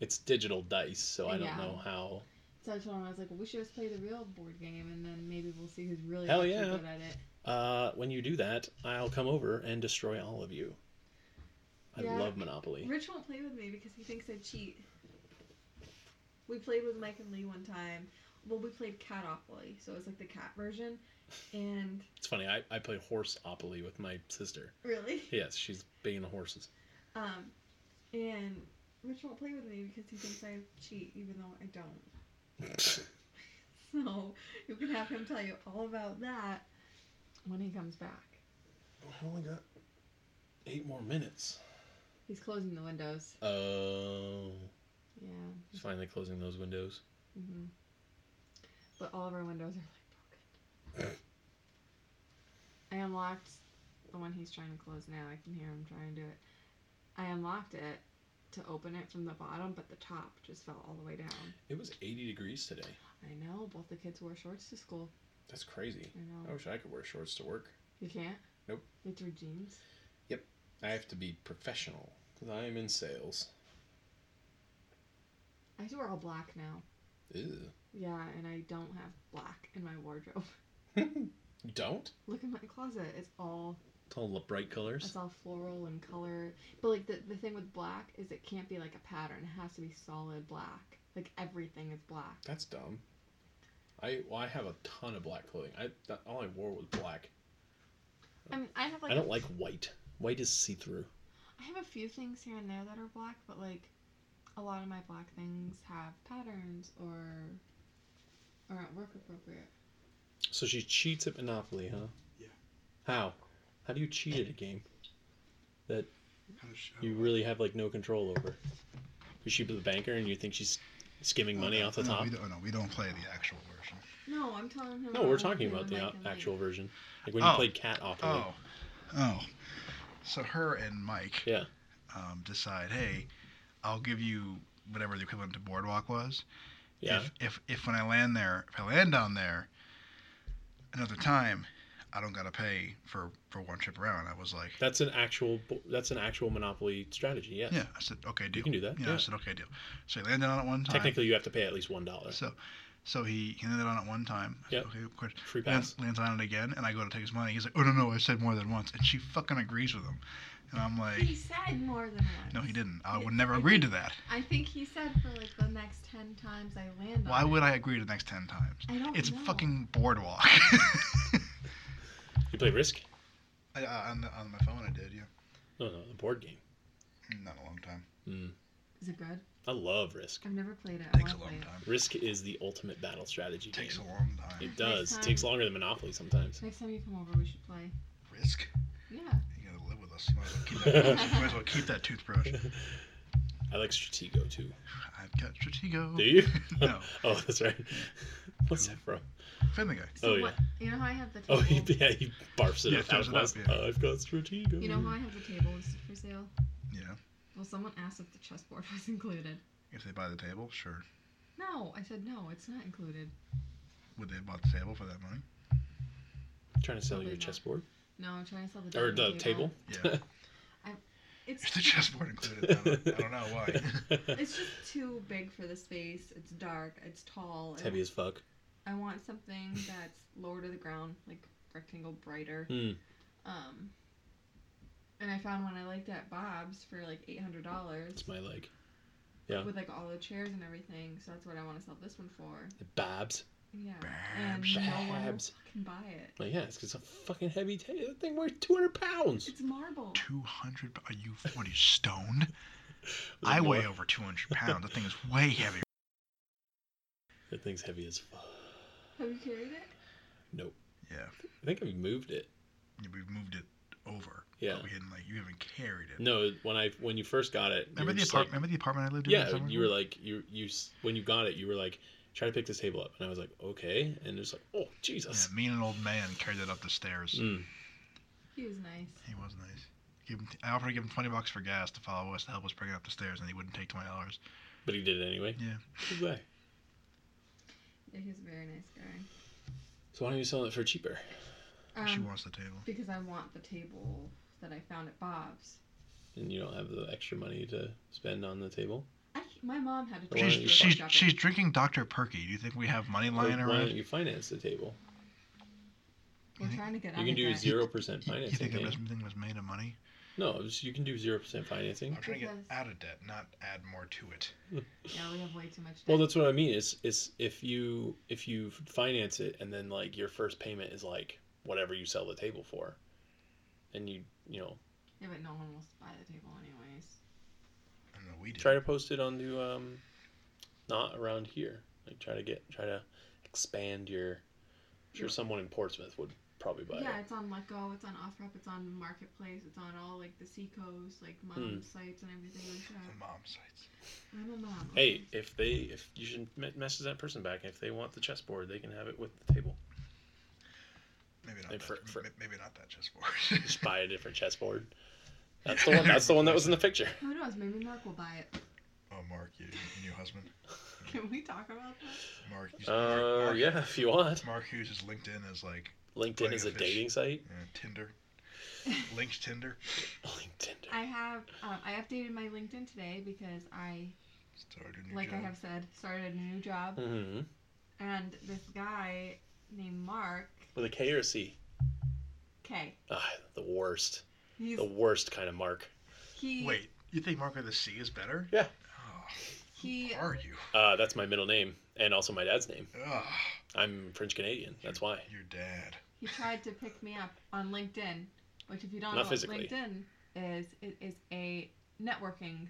Speaker 1: it's digital dice, so I don't
Speaker 4: Yeah.
Speaker 1: know how.
Speaker 4: So I told him I was like, well, we should just play the real board game and then maybe we'll see who's really
Speaker 1: Hell
Speaker 4: actually
Speaker 1: yeah.
Speaker 4: good at it.
Speaker 1: Uh, when you do that, I'll come over and destroy all of you. I
Speaker 4: Yeah.
Speaker 1: love Monopoly.
Speaker 4: Rich won't play with me because he thinks I cheat. We played with Mike and Lee one time. Well, we played Catopoly, so it was like the cat version. And
Speaker 1: It's funny. I I play Horseopoly with my sister.
Speaker 4: [LAUGHS] really,
Speaker 1: Yes, she's big into horses. [LAUGHS]
Speaker 4: um, and Rich won't play with me because he thinks I cheat, even though I don't. [LAUGHS] So you can have him tell you all about that when he comes back.
Speaker 1: I only got eight more minutes.
Speaker 4: He's closing the windows.
Speaker 1: Oh,
Speaker 4: Yeah.
Speaker 1: he's finally closing those windows.
Speaker 4: Mm-hmm. But all of our windows are like broken. I unlocked the one he's trying to close now. I can hear him trying to do it. I unlocked it to open it from the bottom, but the top just fell all the way down.
Speaker 1: It was 80 degrees today.
Speaker 4: I know. Both the kids wore shorts to school.
Speaker 1: That's crazy.
Speaker 4: I know.
Speaker 1: I wish I could wear shorts to work.
Speaker 4: You can't.
Speaker 1: Oh. Nope.
Speaker 4: You threw jeans.
Speaker 1: I have to be professional because I am in sales.
Speaker 4: I have to wear all black now.
Speaker 1: Ew. [LAUGHS]
Speaker 4: Yeah, and I don't have black in my wardrobe. [LAUGHS]
Speaker 1: You don't?
Speaker 4: Look at my closet. It's all
Speaker 1: It's all the bright colors.
Speaker 4: It's all floral and color. But like the, the thing with black is it can't be like a pattern. It has to be solid black. Like everything is black.
Speaker 1: That's dumb. I well, I have a ton of black clothing. I that, all I wore was black.
Speaker 4: I mean, I have like
Speaker 1: I don't
Speaker 4: a-
Speaker 1: like white. White is see through.
Speaker 4: I have a few things here and there that are black, but like a lot of my black things have patterns or aren't work appropriate.
Speaker 1: So she cheats at Monopoly, huh?
Speaker 6: Yeah.
Speaker 1: How? How do you cheat at a game
Speaker 6: How does she,
Speaker 1: you really have like no control over? Is she the banker and you think she's skimming money off the
Speaker 2: Oh, no,
Speaker 1: top?
Speaker 2: We don't, no, we don't play the actual version.
Speaker 4: No, I'm telling him.
Speaker 1: No, we're talking about the a- actual version. Like when you
Speaker 2: Oh.
Speaker 1: played Cat Opoly.
Speaker 2: Oh. Oh. So her and Mike
Speaker 1: Yeah.
Speaker 2: um, decide, hey, I'll give you whatever the equivalent to Boardwalk was.
Speaker 1: Yeah.
Speaker 2: If, if, if when I land there, if I land down there another time, I don't got to pay for, for one trip around. I was like,
Speaker 1: That's an actual bo- that's an actual Monopoly strategy. Yes.
Speaker 2: yeah. I said, okay, deal.
Speaker 1: can do that,
Speaker 2: Yeah,
Speaker 1: yeah.
Speaker 2: I said, okay, deal. So he landed on it one time.
Speaker 1: Technically, you have to pay at least one dollar.
Speaker 2: So, so he, he landed on it one time. I said,
Speaker 1: Yep.
Speaker 2: Okay, of course.
Speaker 1: Free
Speaker 2: Lands,
Speaker 1: pass.
Speaker 2: lands on it again, and I go to take his money. He's like, oh, no, no, I said more than once. And she fucking agrees with him. And I'm like,
Speaker 4: He said more than once.
Speaker 2: no, he didn't. I would
Speaker 4: Yeah,
Speaker 2: never
Speaker 4: I
Speaker 2: agree
Speaker 4: think-
Speaker 2: to that.
Speaker 4: I think he said for like the next ten times I land.
Speaker 2: Why
Speaker 4: on
Speaker 2: would
Speaker 4: it.
Speaker 2: I agree to the next 10 times?
Speaker 4: I don't
Speaker 2: It's
Speaker 4: know.
Speaker 2: fucking boardwalk. [LAUGHS]
Speaker 1: You play Risk?
Speaker 2: I, I, on, the, on my phone, I did, yeah.
Speaker 1: No, no, the board game.
Speaker 2: Not a long time.
Speaker 1: Mm.
Speaker 4: Is it good?
Speaker 1: I love Risk.
Speaker 4: I've never played it. I
Speaker 2: Takes a
Speaker 4: wanna
Speaker 2: long
Speaker 4: play it.
Speaker 2: time.
Speaker 1: Risk is the ultimate battle strategy
Speaker 2: Takes a
Speaker 1: game.
Speaker 2: long time.
Speaker 1: It does.
Speaker 4: Next
Speaker 1: It takes
Speaker 4: time-
Speaker 1: longer than Monopoly
Speaker 4: [LAUGHS]
Speaker 1: sometimes. [LAUGHS]
Speaker 4: Next time you come over, we should play.
Speaker 2: Risk?
Speaker 4: Yeah.
Speaker 2: You gotta live with us. You might as well keep that, toothbrush. You might as well keep that toothbrush.
Speaker 1: I like Stratego too.
Speaker 2: I've got Stratego.
Speaker 1: Do you?
Speaker 2: [LAUGHS] no.
Speaker 1: [LAUGHS] oh, that's right. What's that from?
Speaker 2: Family Guy.
Speaker 4: So
Speaker 1: Oh,
Speaker 4: what, you know how I have the table?
Speaker 1: Oh, he, yeah, he barfs it
Speaker 2: Yeah,
Speaker 1: up. Out of
Speaker 2: throws it up,
Speaker 1: last,
Speaker 2: yeah.
Speaker 1: I've got Stratego.
Speaker 4: You know how I have the table listed for sale?
Speaker 2: Yeah.
Speaker 4: Well, someone asked if the chessboard [LAUGHS] was included.
Speaker 2: If they buy the table, sure.
Speaker 4: No, I said no, it's not included.
Speaker 2: Would they have bought the table for that money?
Speaker 1: Trying to sell you a
Speaker 4: Probably not.
Speaker 1: chessboard
Speaker 4: No, I'm trying to sell the
Speaker 1: or
Speaker 4: dining
Speaker 1: the table. [LAUGHS]
Speaker 2: Yeah. Is [LAUGHS] the
Speaker 4: It's
Speaker 2: chessboard included? I don't, I don't know why. [LAUGHS]
Speaker 1: [LAUGHS]
Speaker 4: it's just too big for the space. It's dark. It's tall.
Speaker 1: it's
Speaker 4: I-
Speaker 1: heavy as fuck.
Speaker 4: I want
Speaker 1: [LAUGHS]
Speaker 2: Hmm.
Speaker 4: something that's lower to the ground, like rectangle, brighter.
Speaker 1: Hmm.
Speaker 4: Um, And I found one I liked at Bob's for like eight hundred dollars
Speaker 1: It's my leg. yeah.
Speaker 4: with like all the chairs and everything. So that's what I want to sell this one for.
Speaker 1: The Babs.
Speaker 4: Yeah,
Speaker 2: Babs.
Speaker 4: and no one
Speaker 1: Babs.
Speaker 4: can buy it.
Speaker 1: Like, yeah, it's 'cause it's a fucking heavy ta That thing weighs 200 pounds.
Speaker 4: It's marble.
Speaker 2: Two hundred? Are you what? Are you stoned?
Speaker 1: Was it
Speaker 2: I
Speaker 1: more?
Speaker 2: weigh over two hundred pounds. That thing is way heavier.
Speaker 1: That thing's heavy as fuck.
Speaker 4: Have you carried it?
Speaker 1: Nope.
Speaker 2: Yeah,
Speaker 1: I think I've moved it.
Speaker 2: we've moved it over.
Speaker 1: Yeah.
Speaker 2: but we hadn't like you haven't carried it.
Speaker 1: No, when I when you first got it, you
Speaker 2: Remember
Speaker 1: were
Speaker 2: the
Speaker 1: just
Speaker 2: apartment?
Speaker 1: like-
Speaker 2: remember the apartment I lived in? that
Speaker 1: yeah,
Speaker 2: summer?
Speaker 1: you were like you you s- when you got it, you were like try to pick this table up, and I was like okay, and it's like oh Jesus.
Speaker 2: Yeah, me and an old man carried it up the stairs.
Speaker 1: Mm.
Speaker 4: He was nice.
Speaker 2: He was nice. Give him, I offered to give him twenty bucks for gas to follow us to help us bring it up the stairs, and he wouldn't take twenty dollars.
Speaker 1: But he did it anyway.
Speaker 2: Yeah.
Speaker 1: Good way.
Speaker 4: Yeah, he was a very nice guy.
Speaker 1: So why don't you sell it for cheaper?
Speaker 2: she
Speaker 4: Um,
Speaker 2: wants the table.
Speaker 4: because I want the table that I found at Bob's.
Speaker 1: And you don't have the extra money to spend on the table.
Speaker 4: I, c- my mom had a
Speaker 1: Why don't
Speaker 2: She's
Speaker 1: you
Speaker 4: table.
Speaker 1: just-
Speaker 2: she's she's drinking Dr Perky. Do you think we have money lying
Speaker 1: Or why don't
Speaker 2: around?
Speaker 1: you finance the table?
Speaker 4: We're trying to get out
Speaker 1: You can
Speaker 4: of
Speaker 1: do
Speaker 4: that. [LAUGHS]
Speaker 1: zero percent
Speaker 2: You, you
Speaker 1: financing.
Speaker 2: think
Speaker 1: can't you?
Speaker 2: everything was made of money?
Speaker 1: No, it was- you can do zero percent financing.
Speaker 2: I'm trying to get
Speaker 4: Because-
Speaker 2: out of debt, not add more to it.
Speaker 4: Yeah, we have way too much. Debt.
Speaker 1: Well, that's what I mean. Is is if you if you finance it and then like your first payment is like whatever you sell the table for, and you you know
Speaker 4: yeah, but no one wants to buy the table anyways.
Speaker 2: I don't know. We did.
Speaker 1: try to post it onto um, not around here. Like try to get try to expand your. I'm sure
Speaker 4: Yeah.
Speaker 1: someone in Portsmouth would probably buy
Speaker 4: yeah,
Speaker 1: it.
Speaker 4: it's on Let Go, it's on OfferUp, it's on Marketplace, it's on all like the Seacoast, like
Speaker 1: Hmm.
Speaker 4: mom sites and everything like
Speaker 2: The
Speaker 4: that.
Speaker 2: mom sites.
Speaker 4: I'm a mom.
Speaker 1: Hey,
Speaker 4: okay?
Speaker 1: if they if you should me- message that person back if they want the chessboard, they can have it with the table.
Speaker 2: Maybe not.
Speaker 1: And
Speaker 2: That,
Speaker 1: for- for-
Speaker 2: ma- maybe not that just for.
Speaker 1: Just buy a different chessboard. That's the one. That's the one that was in the picture.
Speaker 4: Who knows? Maybe Mark will buy it.
Speaker 2: [LAUGHS]
Speaker 4: [LAUGHS]
Speaker 2: oh, Mark, you, your new husband.
Speaker 4: Can we talk about that?
Speaker 2: Mark. you-
Speaker 1: Uh,
Speaker 2: Mark,
Speaker 1: yeah, if you want.
Speaker 2: Mark uses LinkedIn as like
Speaker 1: LinkedIn
Speaker 2: Plenty
Speaker 1: is a
Speaker 2: of fish.
Speaker 1: dating site.
Speaker 2: uh,
Speaker 4: [LAUGHS]
Speaker 2: Tinder. Links Tinder.
Speaker 1: LinkedIn.
Speaker 4: I have, uh, I updated my LinkedIn today because I,
Speaker 2: Started a new
Speaker 4: like
Speaker 2: job.
Speaker 4: I have said, started a new job,
Speaker 1: Mm-hmm.
Speaker 4: and this guy named Mark
Speaker 1: With a K or a C?
Speaker 4: K.
Speaker 1: Ah, the worst.
Speaker 4: He's
Speaker 1: The worst kind of mark.
Speaker 4: he
Speaker 2: Wait, you think Mark with a C is better?
Speaker 1: Yeah.
Speaker 2: Oh,
Speaker 4: he
Speaker 2: who are you?
Speaker 1: Uh, that's my middle name and also my dad's name.
Speaker 2: Ugh,
Speaker 1: I'm French Canadian. That's why.
Speaker 2: your dad.
Speaker 4: he tried to pick me up on LinkedIn, which if you don't
Speaker 1: Not
Speaker 4: know, what
Speaker 1: physically.
Speaker 4: LinkedIn is it is a networking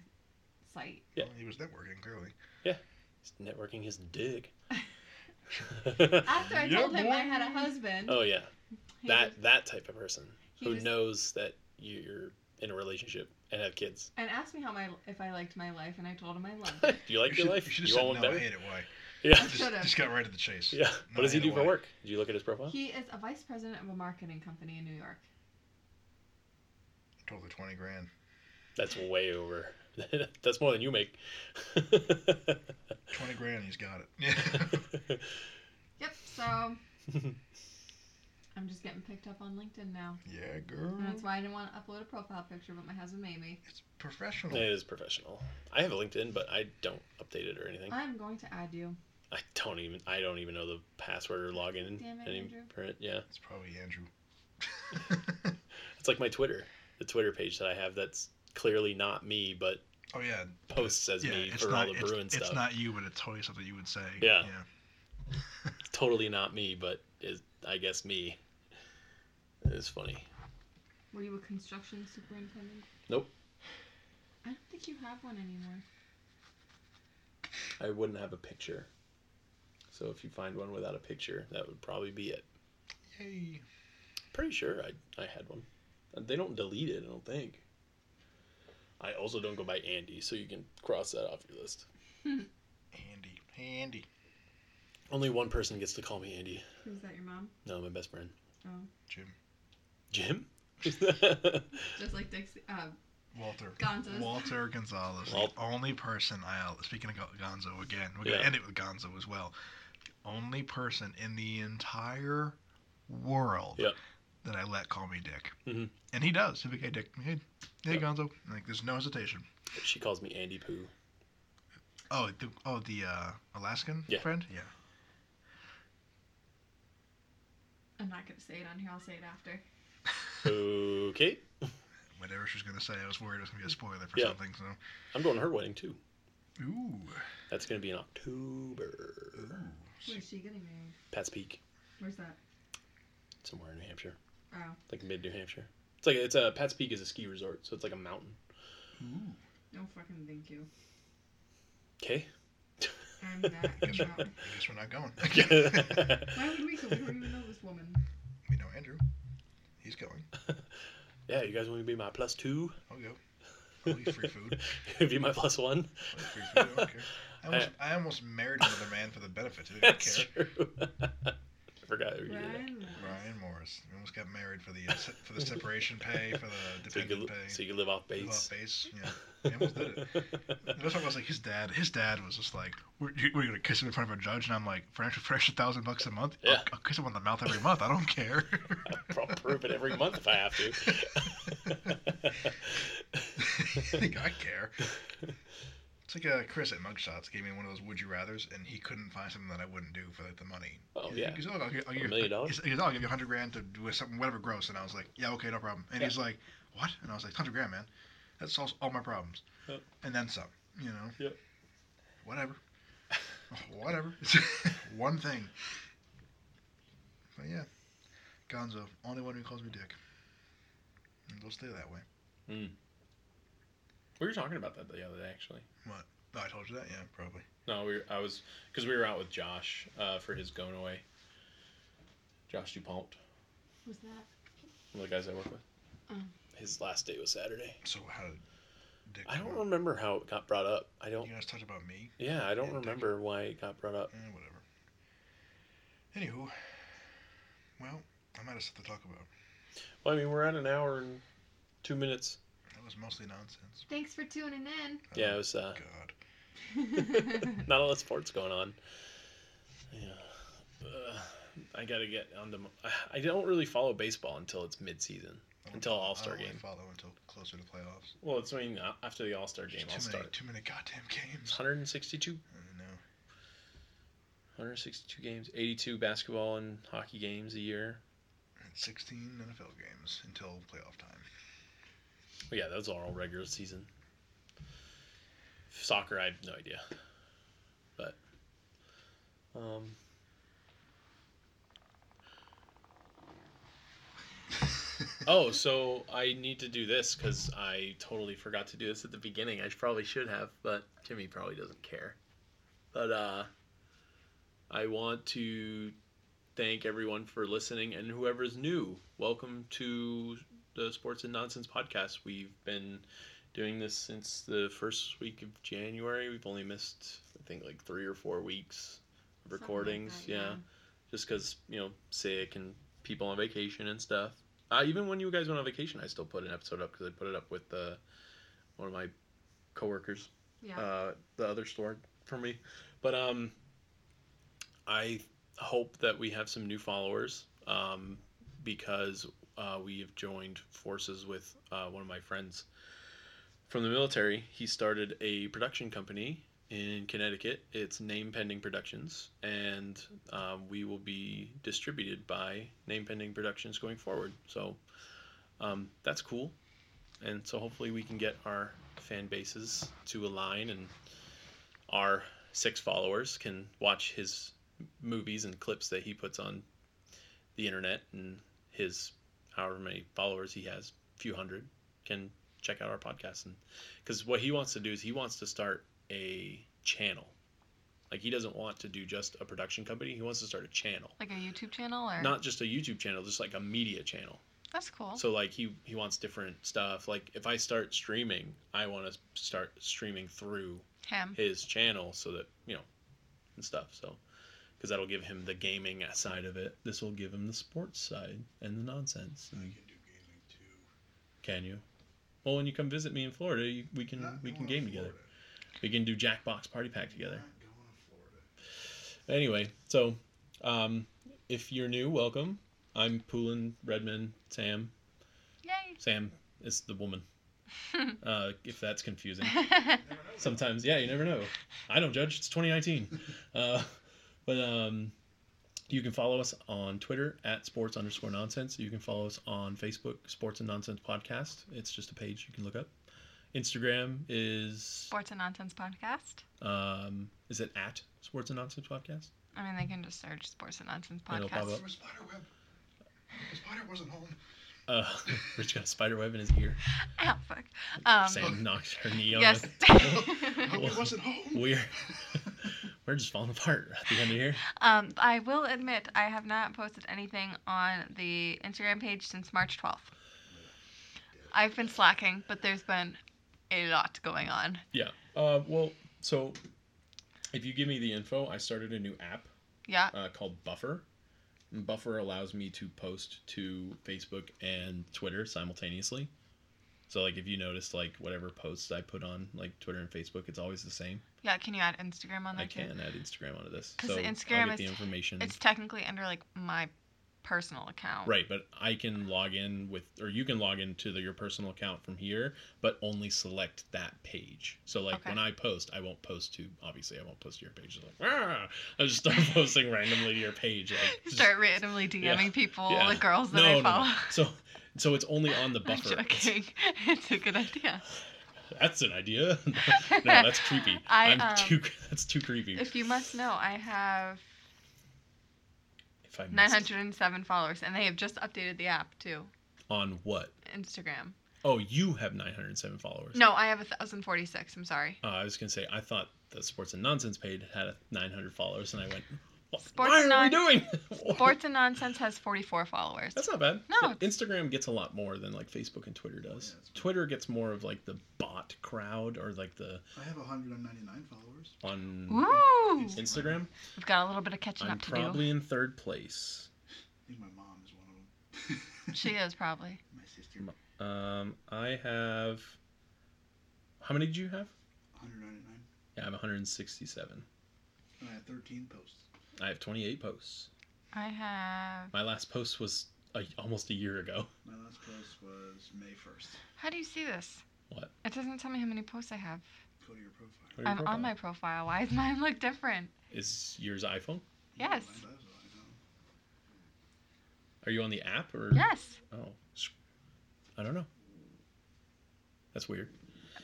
Speaker 4: site.
Speaker 1: Yeah.
Speaker 2: Well, he was networking clearly.
Speaker 1: He's networking his [LAUGHS] dig.
Speaker 4: After I
Speaker 2: Yeah,
Speaker 4: told him I
Speaker 2: boy.
Speaker 4: had a husband,
Speaker 1: oh yeah,
Speaker 4: he
Speaker 1: that
Speaker 4: was-
Speaker 1: that type of person
Speaker 4: he
Speaker 1: who
Speaker 4: was-
Speaker 1: knows that you're in a relationship and have kids. [LAUGHS]
Speaker 4: and asked me how my if I liked my life, and I told him I loved
Speaker 1: Do
Speaker 4: it.
Speaker 1: you like
Speaker 2: you
Speaker 1: your
Speaker 2: should-
Speaker 1: life?
Speaker 2: You should
Speaker 1: You
Speaker 2: have
Speaker 1: want
Speaker 2: said
Speaker 1: one
Speaker 2: no.
Speaker 1: back?
Speaker 2: I hate it.
Speaker 4: [LAUGHS]
Speaker 2: Why?
Speaker 1: [LAUGHS] Yeah,
Speaker 4: I
Speaker 2: Just,
Speaker 4: should've.
Speaker 2: just got right to the chase.
Speaker 1: yeah.
Speaker 2: No,
Speaker 1: What does he
Speaker 2: I hate
Speaker 1: do
Speaker 2: it.
Speaker 1: for
Speaker 2: Why?
Speaker 1: work? Did you look at his profile?
Speaker 4: He is a vice president of a marketing company in New York.
Speaker 2: Told her twenty grand.
Speaker 1: That's way over. [LAUGHS] that's more than you make. [LAUGHS]
Speaker 2: Twenty grand. He's got it. Yeah.
Speaker 4: Yep. So I'm just getting picked up on LinkedIn now.
Speaker 2: yeah, girl.
Speaker 4: And that's
Speaker 1: Mm-hmm.
Speaker 4: why I didn't want to upload a profile picture, but my husband made me.
Speaker 2: It's professional.
Speaker 1: It is professional. I have a LinkedIn, but I don't update it or anything.
Speaker 4: I'm going to add you.
Speaker 1: I don't even. I don't even know the password or login.
Speaker 4: Damn it,
Speaker 1: any
Speaker 4: Andrew.
Speaker 1: print. Yeah,
Speaker 2: It's probably
Speaker 1: [LAUGHS]
Speaker 2: Andrew.
Speaker 1: it's like my Twitter, the Twitter page that I have. That's clearly not me, but
Speaker 2: oh yeah.
Speaker 1: posts as
Speaker 2: yeah,
Speaker 1: me
Speaker 2: it's
Speaker 1: for all
Speaker 2: not.
Speaker 1: the
Speaker 2: it's,
Speaker 1: Bruin
Speaker 2: it's
Speaker 1: stuff.
Speaker 2: not you, but it's totally something you would say.
Speaker 1: Yeah.
Speaker 2: Yeah.
Speaker 1: Totally not me, but is I guess me. It's funny.
Speaker 4: Were you a construction superintendent?
Speaker 1: Nope.
Speaker 4: I don't think you have one anymore.
Speaker 1: I wouldn't have a picture. So if you find one without a picture, that would probably be it.
Speaker 2: Yay.
Speaker 1: Pretty sure I I had one. They don't delete it. I don't think. I also don't go by Andy, so you can cross that off your list.
Speaker 2: Andy. Hey Andy.
Speaker 1: Only one person gets to call me Andy.
Speaker 4: Who's that? Your mom?
Speaker 1: No, my best friend.
Speaker 4: Oh.
Speaker 2: Jim.
Speaker 1: Jim? [LAUGHS]
Speaker 4: Just like Dixie. Uh,
Speaker 2: Walter.
Speaker 4: Gonzalez.
Speaker 2: Walter Gonzalez,
Speaker 1: Walt-
Speaker 2: the only person I uh, speaking of Gon- Gonzo again. We're gonna
Speaker 1: Yeah.
Speaker 2: end it with Gonzo as well. The only person in the entire world
Speaker 1: Yep.
Speaker 2: that I let call me Dick,
Speaker 1: Mhm.
Speaker 2: and he does. He's like, hey Dick, hey, hey
Speaker 1: Yep.
Speaker 2: Gonzo. Like, there's no hesitation.
Speaker 1: she calls me Andy Poo.
Speaker 2: Oh, the, oh, the uh, Alaskan
Speaker 1: Yeah.
Speaker 2: friend. Yeah.
Speaker 4: I'm not gonna say it on here. I'll say it after.
Speaker 1: Okay.
Speaker 2: whatever she was gonna say. I was worried it was gonna be a spoiler for
Speaker 1: Yeah.
Speaker 2: something. So,
Speaker 1: I'm going to her wedding too.
Speaker 2: ooh,
Speaker 1: That's going to be in October.
Speaker 4: Where's she getting married?
Speaker 1: Pat's Peak,
Speaker 4: Where's that?
Speaker 1: somewhere in New Hampshire,
Speaker 4: Oh.
Speaker 1: like mid New Hampshire. It's like it's a Pat's Peak is a ski resort, so it's like a mountain.
Speaker 2: ooh.
Speaker 4: No fucking thank you.
Speaker 1: [LAUGHS] Okay.
Speaker 4: I'm not
Speaker 2: Guess
Speaker 1: [LAUGHS]
Speaker 4: coming
Speaker 2: we're,
Speaker 4: out.
Speaker 2: I guess we're not going. [LAUGHS]
Speaker 4: Why would we go? We don't even know this woman.
Speaker 2: we know Andrew. He's going.
Speaker 1: yeah, you guys want me to be my plus two? [LAUGHS]
Speaker 2: I'll go. I'll eat Oh, free food.
Speaker 1: be my plus one.
Speaker 2: I'll eat free food. I don't care.
Speaker 1: [LAUGHS]
Speaker 2: I almost, I almost married another man for the benefit. I don't
Speaker 1: That's
Speaker 2: care.
Speaker 1: true. [LAUGHS] I forgot. who you were.
Speaker 4: Ryan Reynolds.
Speaker 2: Ryan Morris. We almost got married for the uh, se- for the separation pay, for
Speaker 1: [LAUGHS]
Speaker 2: the
Speaker 1: So you,
Speaker 2: dependent
Speaker 1: could, li-
Speaker 2: pay.
Speaker 1: so you could live off
Speaker 2: Live
Speaker 1: base.
Speaker 2: off base. Yeah.
Speaker 1: [LAUGHS]
Speaker 2: We almost did it. And That's what I was like. His dad. His dad was just like, "We're, you, we're gonna kiss him in front of a judge," and I'm like, "For an extra, for an extra thousand bucks a month, I'll-
Speaker 1: Yeah.
Speaker 2: I'll, kiss him on the mouth every month. I don't
Speaker 1: [LAUGHS]
Speaker 2: care." [LAUGHS]
Speaker 1: I'll prove it every month if I have to.
Speaker 2: I think I care.
Speaker 1: [LAUGHS]
Speaker 2: It's like uh, Chris at Mugshots gave me one of those "Would You Rather's," and he couldn't find something that I wouldn't do for like the money.
Speaker 1: oh
Speaker 2: He-
Speaker 1: yeah.
Speaker 2: He goes, "Oh, I'll, gi- I'll give you
Speaker 1: million dollars?
Speaker 2: He goes, "Oh, "I'll give you a hundred grand to do something, whatever gross." And I was like, "Yeah, okay, no problem." And
Speaker 1: Yeah.
Speaker 2: he's like, "What?" And I was like, "100 grand, man. That solves all my problems,
Speaker 1: Yep.
Speaker 2: and then some." You know.
Speaker 1: Yep. [LAUGHS]
Speaker 2: Whatever. Whatever. [LAUGHS] It's one thing. But yeah, Gonzo, only one who calls me dick. And they'll stay that way.
Speaker 1: We were talking about that the other day, actually.
Speaker 2: No, Oh, I told you that. Yeah, probably.
Speaker 1: No, we were, I was because we were out with Josh uh, for his going away. Josh Dupont,
Speaker 4: Who's that?
Speaker 1: one of the guys I work with.
Speaker 4: Oh.
Speaker 1: His last day was Saturday.
Speaker 2: So how did dick?
Speaker 1: I don't
Speaker 2: come up?
Speaker 1: remember how it got brought up. I don't.
Speaker 2: You guys talked about me.
Speaker 1: Yeah, I don't
Speaker 2: Yeah, dick.
Speaker 1: remember why it got brought up.
Speaker 2: Eh, whatever. Anywho, well, I'm out of stuff to talk about.
Speaker 1: Well, I mean, we're at an hour and two minutes.
Speaker 2: That was mostly nonsense.
Speaker 4: Thanks for tuning in.
Speaker 1: Yeah, it
Speaker 2: Oh,
Speaker 1: was uh,
Speaker 2: God.
Speaker 1: not a lot of sports going on. Yeah. Uh, I gotta get on the. I don't really follow baseball until it's mid-season.
Speaker 2: I don't-
Speaker 1: Until All-Star
Speaker 2: I don't really
Speaker 1: game.
Speaker 2: follow until closer to playoffs.
Speaker 1: Well, it's I mean uh, after the All Star game,
Speaker 2: Just
Speaker 1: I'll
Speaker 2: too many,
Speaker 1: start.
Speaker 2: too many goddamn
Speaker 1: It's [LAUGHS]
Speaker 2: games.
Speaker 1: 162,
Speaker 2: I know.
Speaker 1: 162 games, 82 basketball and hockey games a year.
Speaker 2: And 16 NFL games until playoff time.
Speaker 1: But yeah, those are all regular season. Soccer, I have no idea. But um,
Speaker 2: [LAUGHS]
Speaker 1: oh, so I need to do this because I totally forgot to do this at the beginning. I probably should have, but Jimmy probably doesn't care. But uh, I want to thank everyone for listening and whoever's new. Welcome to the Sports and Nonsense podcast. We've been doing this since the first week of January. We've only missed, I think, like three or four weeks of
Speaker 4: Something like
Speaker 1: [LAUGHS] recordings.
Speaker 4: that,
Speaker 1: yeah just because you know sick and people on vacation and stuff uh, even when you guys went on vacation i still put an episode up because i put it up with uh, one of my coworkers
Speaker 4: Yeah.
Speaker 1: uh, the other store for me but um i hope that we have some new followers um because uh, we have joined forces with uh, one of my friends from the military he started a production company in Connecticut. It's Name Pending Productions, and um, we will be distributed by Name Pending Productions going forward. So um, that's cool, and so hopefully we can get our fan bases to align, and our six followers can watch his movies and clips that he puts on the internet, and his however many followers he has, few hundred, can check out our podcast and because what he wants to do is he wants to start a channel. Like he doesn't want to do just a production company. He wants to start a channel,
Speaker 3: Like a YouTube channel or?
Speaker 1: not just a YouTube channel, just like a media channel.
Speaker 3: That's cool.
Speaker 1: So like he he wants different stuff. Like if I start streaming, I want to start streaming through
Speaker 3: Him.
Speaker 6: Mm-hmm.
Speaker 1: his channel so that you know and stuff. So because that'll give him the gaming side of it. This will give him the sports side and the nonsense.
Speaker 6: I can do gaming too.
Speaker 1: Can you? Well, when you come visit me in Florida, you, we can
Speaker 6: Not
Speaker 1: we can
Speaker 6: going to
Speaker 1: game together.
Speaker 6: Florida.
Speaker 1: We can do Jackbox Party Pack together.
Speaker 6: Not going to Florida.
Speaker 1: Anyway, so um, if you're new, welcome. I'm Poulin Redman Sam.
Speaker 3: Yay.
Speaker 1: Sam is
Speaker 6: [LAUGHS]
Speaker 1: the woman. uh, if that's confusing,
Speaker 6: You never know.
Speaker 1: sometimes yeah, you never know. I don't judge. It's 2019. Uh, but um, You can follow us on Twitter at sports underscore nonsense. You can follow us on Facebook, Sports and Nonsense Podcast. It's just a page you can look up. Instagram is
Speaker 4: [LAUGHS] Sports and Nonsense Podcast.
Speaker 1: um, is it at Sports and Nonsense Podcast?
Speaker 4: I mean, they can just search Sports and Nonsense
Speaker 1: It'll pop
Speaker 4: [LAUGHS] Podcast.
Speaker 1: up.
Speaker 2: a spider web. The spider
Speaker 1: [LAUGHS]
Speaker 2: wasn't home.
Speaker 1: Uh, Rich got a spider web in his ear.
Speaker 4: Ow, fuck. Um,
Speaker 1: Sam knocked her knee on
Speaker 4: yes.
Speaker 1: [LAUGHS]
Speaker 2: I hope
Speaker 1: Well,
Speaker 2: it wasn't home.
Speaker 1: We're [LAUGHS] we're just falling apart at the end of here.
Speaker 4: [LAUGHS] um, I will admit I have not posted anything on the Instagram page since March 12th. I've been slacking, but there's been a lot going on.
Speaker 1: Yeah. Uh, well, so if you give me the info, I started a new app
Speaker 4: Yeah.
Speaker 1: uh, called Buffer. And Buffer allows me to post to Facebook and Twitter simultaneously. So like if you notice like whatever posts I put on like Twitter and Facebook, it's always the same.
Speaker 4: Yeah, can you add Instagram on there
Speaker 1: I
Speaker 4: too?
Speaker 1: can add Instagram onto this.
Speaker 4: 'Cause
Speaker 1: So
Speaker 4: Instagram
Speaker 1: I'll get the
Speaker 4: is-
Speaker 1: information.
Speaker 4: It's technically under like my personal account.
Speaker 1: Right, but I can log in with, or you can log into the, your personal account from here, but only select that page. So, like
Speaker 4: Okay.
Speaker 1: when I post, I won't post to obviously I won't post to your page. It's like, "Ah!" I just start [LAUGHS] posting randomly to your page. Like, just-
Speaker 4: [LAUGHS] Start randomly DMing people,
Speaker 1: yeah.
Speaker 4: the girls that
Speaker 1: no,
Speaker 4: I
Speaker 1: no,
Speaker 4: follow.
Speaker 1: no. So, so it's only on the
Speaker 4: [LAUGHS] I'm
Speaker 1: buffer. It's-
Speaker 4: joking. It's a good idea.
Speaker 1: [LAUGHS] That's an idea. [LAUGHS] no,
Speaker 4: [LAUGHS]
Speaker 1: that's creepy.
Speaker 4: I,
Speaker 1: am
Speaker 4: um,
Speaker 1: too. [LAUGHS] That's too creepy. If,
Speaker 4: If you must know, I have
Speaker 1: I missed
Speaker 4: 907 followers, and they have just updated the app too,
Speaker 1: on what?
Speaker 4: Instagram.
Speaker 1: Oh, you have 907 followers.
Speaker 4: No, I have 1,046. I'm sorry.
Speaker 1: [LAUGHS] Uh, I was gonna say I thought the Sports and Nonsense page had a 900 followers, and I went, "Wh-
Speaker 4: Sports
Speaker 1: "Why are
Speaker 4: non-
Speaker 1: we doing?" [LAUGHS]
Speaker 4: Sports and Nonsense has 44 followers.
Speaker 1: That's not bad.
Speaker 4: No,
Speaker 1: But Instagram gets a lot more than like Facebook and Twitter does.
Speaker 2: that's right.
Speaker 1: Twitter gets more of like the bot crowd or like the
Speaker 2: I have 199 followers.
Speaker 1: on
Speaker 4: Woo!
Speaker 1: Instagram.
Speaker 4: We've got a little bit of catching
Speaker 1: I'm
Speaker 4: up to
Speaker 1: probably in third place.
Speaker 2: I think my mom is one of them.
Speaker 4: do. [LAUGHS]
Speaker 2: [LAUGHS]
Speaker 4: She is probably.
Speaker 2: my sister.
Speaker 1: Mo- Um, I have. How many did you have?
Speaker 2: 199.
Speaker 1: Yeah, I have 167.
Speaker 2: And I had 13 Oh, posts.
Speaker 1: I have 28 posts.
Speaker 4: I have.
Speaker 1: My last post was a, almost a year ago. [LAUGHS]
Speaker 2: My last post was May 1st.
Speaker 4: How do you see this?
Speaker 1: What?
Speaker 4: It doesn't tell me how many posts I have.
Speaker 2: Go to your profile.
Speaker 1: What are your
Speaker 4: I'm on my
Speaker 1: profile?
Speaker 4: profile. Why does [LAUGHS] mine look different?
Speaker 1: Is yours iPhone?
Speaker 4: Yes.
Speaker 2: Mine does, I know.
Speaker 1: Are you on the app or?
Speaker 4: Yes.
Speaker 1: Oh, s- I don't know. That's weird.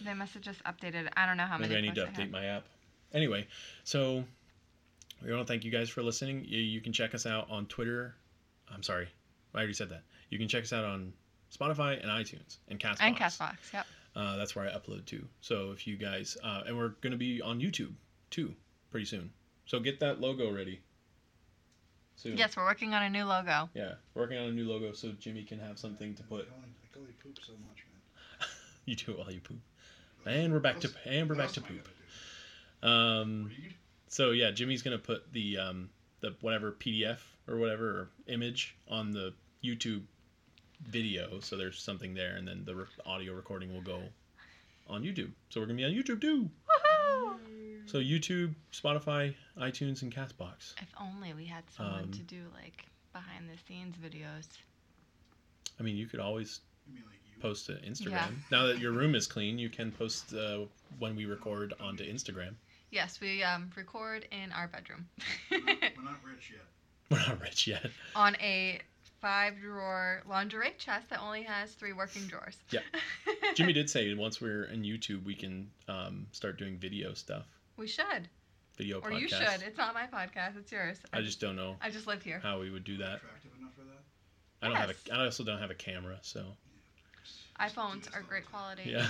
Speaker 4: They must have just updated. I don't know how
Speaker 1: Maybe I
Speaker 4: many.
Speaker 1: need to
Speaker 4: posts have.
Speaker 1: update my app. Anyway, so we want to thank you guys for listening. You, you can check us out on Twitter. I'm sorry, I already said that. You can check us out on Spotify and iTunes and Castbox.
Speaker 4: And Castbox. Yep.
Speaker 1: Uh, that's where I upload to. So if you guys, uh, and we're gonna be on YouTube too pretty soon. So get that logo ready. Soon.
Speaker 4: Yes, we're working on a new logo.
Speaker 1: Yeah, working on a new logo so Jimmy can have something to put. [LAUGHS]
Speaker 2: I only, I only poop so much, man.
Speaker 1: You do it while you poop. And we're back to and we're
Speaker 2: What
Speaker 1: back
Speaker 2: else
Speaker 1: to
Speaker 2: am I
Speaker 1: poop.
Speaker 2: gonna do?
Speaker 1: Um,
Speaker 2: Read?
Speaker 1: So yeah, Jimmy's gonna put the um, the whatever PDF or whatever or image on the YouTube video, so there's something there, and then the re- audio recording will go on YouTube. So we're gonna be on YouTube too.
Speaker 4: Woohoo!
Speaker 1: [LAUGHS] So YouTube, Spotify, iTunes, and Castbox.
Speaker 4: If only we had someone
Speaker 1: Um,
Speaker 4: to do like behind the scenes videos.
Speaker 1: I mean, you could always
Speaker 2: You mean like you?
Speaker 1: post to Instagram.
Speaker 4: Yeah.
Speaker 1: Now that your room is clean, you can post uh, when we record onto Instagram. [LAUGHS]
Speaker 4: Yes, we um, record in our bedroom [LAUGHS]
Speaker 2: We're not rich yet.
Speaker 1: We're not rich yet.
Speaker 4: on a five drawer lingerie chest that only has three working drawers.
Speaker 1: Yeah.
Speaker 4: [LAUGHS]
Speaker 1: Jimmy did say once we're in YouTube, we can um, start doing video stuff,
Speaker 4: we should.
Speaker 1: video
Speaker 4: Or
Speaker 1: podcasts.
Speaker 4: you should. It's not my podcast, it's yours.
Speaker 1: I just don't know
Speaker 4: I just live here.
Speaker 1: how we would do that.
Speaker 2: Attractive enough for that?
Speaker 1: I don't
Speaker 4: Yes.
Speaker 1: have a. I also don't have a camera, so
Speaker 4: iPhones are great
Speaker 2: [LAUGHS]
Speaker 4: quality.
Speaker 1: yeah.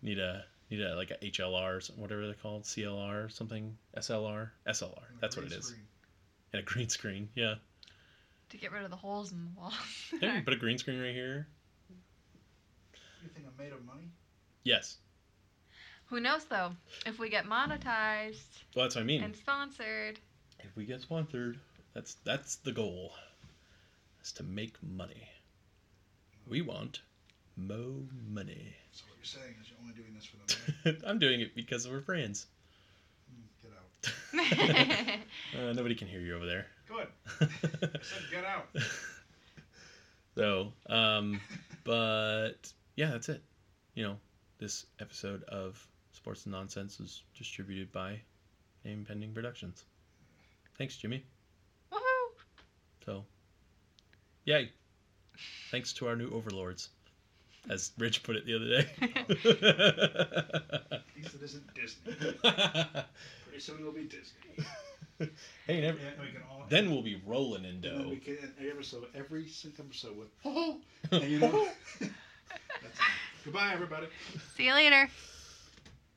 Speaker 1: need a need a like a HLR, or some- whatever they're called, CLR, or something, SLR, SLR.
Speaker 2: And
Speaker 1: [LAUGHS]
Speaker 2: a
Speaker 1: That's what it
Speaker 2: green
Speaker 1: is.
Speaker 2: screen.
Speaker 1: And a green screen, yeah.
Speaker 4: To get rid of the holes in the walls.
Speaker 1: There, you can put a green screen right here.
Speaker 2: You think I'm made of money?
Speaker 1: Yes.
Speaker 4: [LAUGHS] Who knows though? If we get monetized
Speaker 1: Well, that's what I mean. [LAUGHS]
Speaker 4: and sponsored, [LAUGHS]
Speaker 1: If we get sponsored, that's that's the goal. Is to make money. We want mo money. [LAUGHS]
Speaker 2: So what you're saying is you're only doing this for the money?
Speaker 1: I'm doing it because we're friends.
Speaker 2: Mm, Get out.
Speaker 1: Uh, nobody can hear you over there. [LAUGHS]
Speaker 2: Good. I said get out.
Speaker 1: So, um, but yeah, that's it. You know, this episode of Sports and Nonsense is distributed by Name Pending Productions. Thanks, Jimmy. So, yay! Thanks to our new overlords, as Rich put it the other
Speaker 2: At least it
Speaker 1: [LAUGHS]
Speaker 2: isn't Disney.
Speaker 1: day.
Speaker 2: Pretty soon it'll be Disney.
Speaker 1: [LAUGHS] hey, never,
Speaker 2: And we can all.
Speaker 1: then we'll be rolling in
Speaker 2: And then
Speaker 1: dough.
Speaker 2: we can, and every so every single episode [LAUGHS] with. and you know. That's it. Goodbye, everybody.
Speaker 4: [LAUGHS] See you later.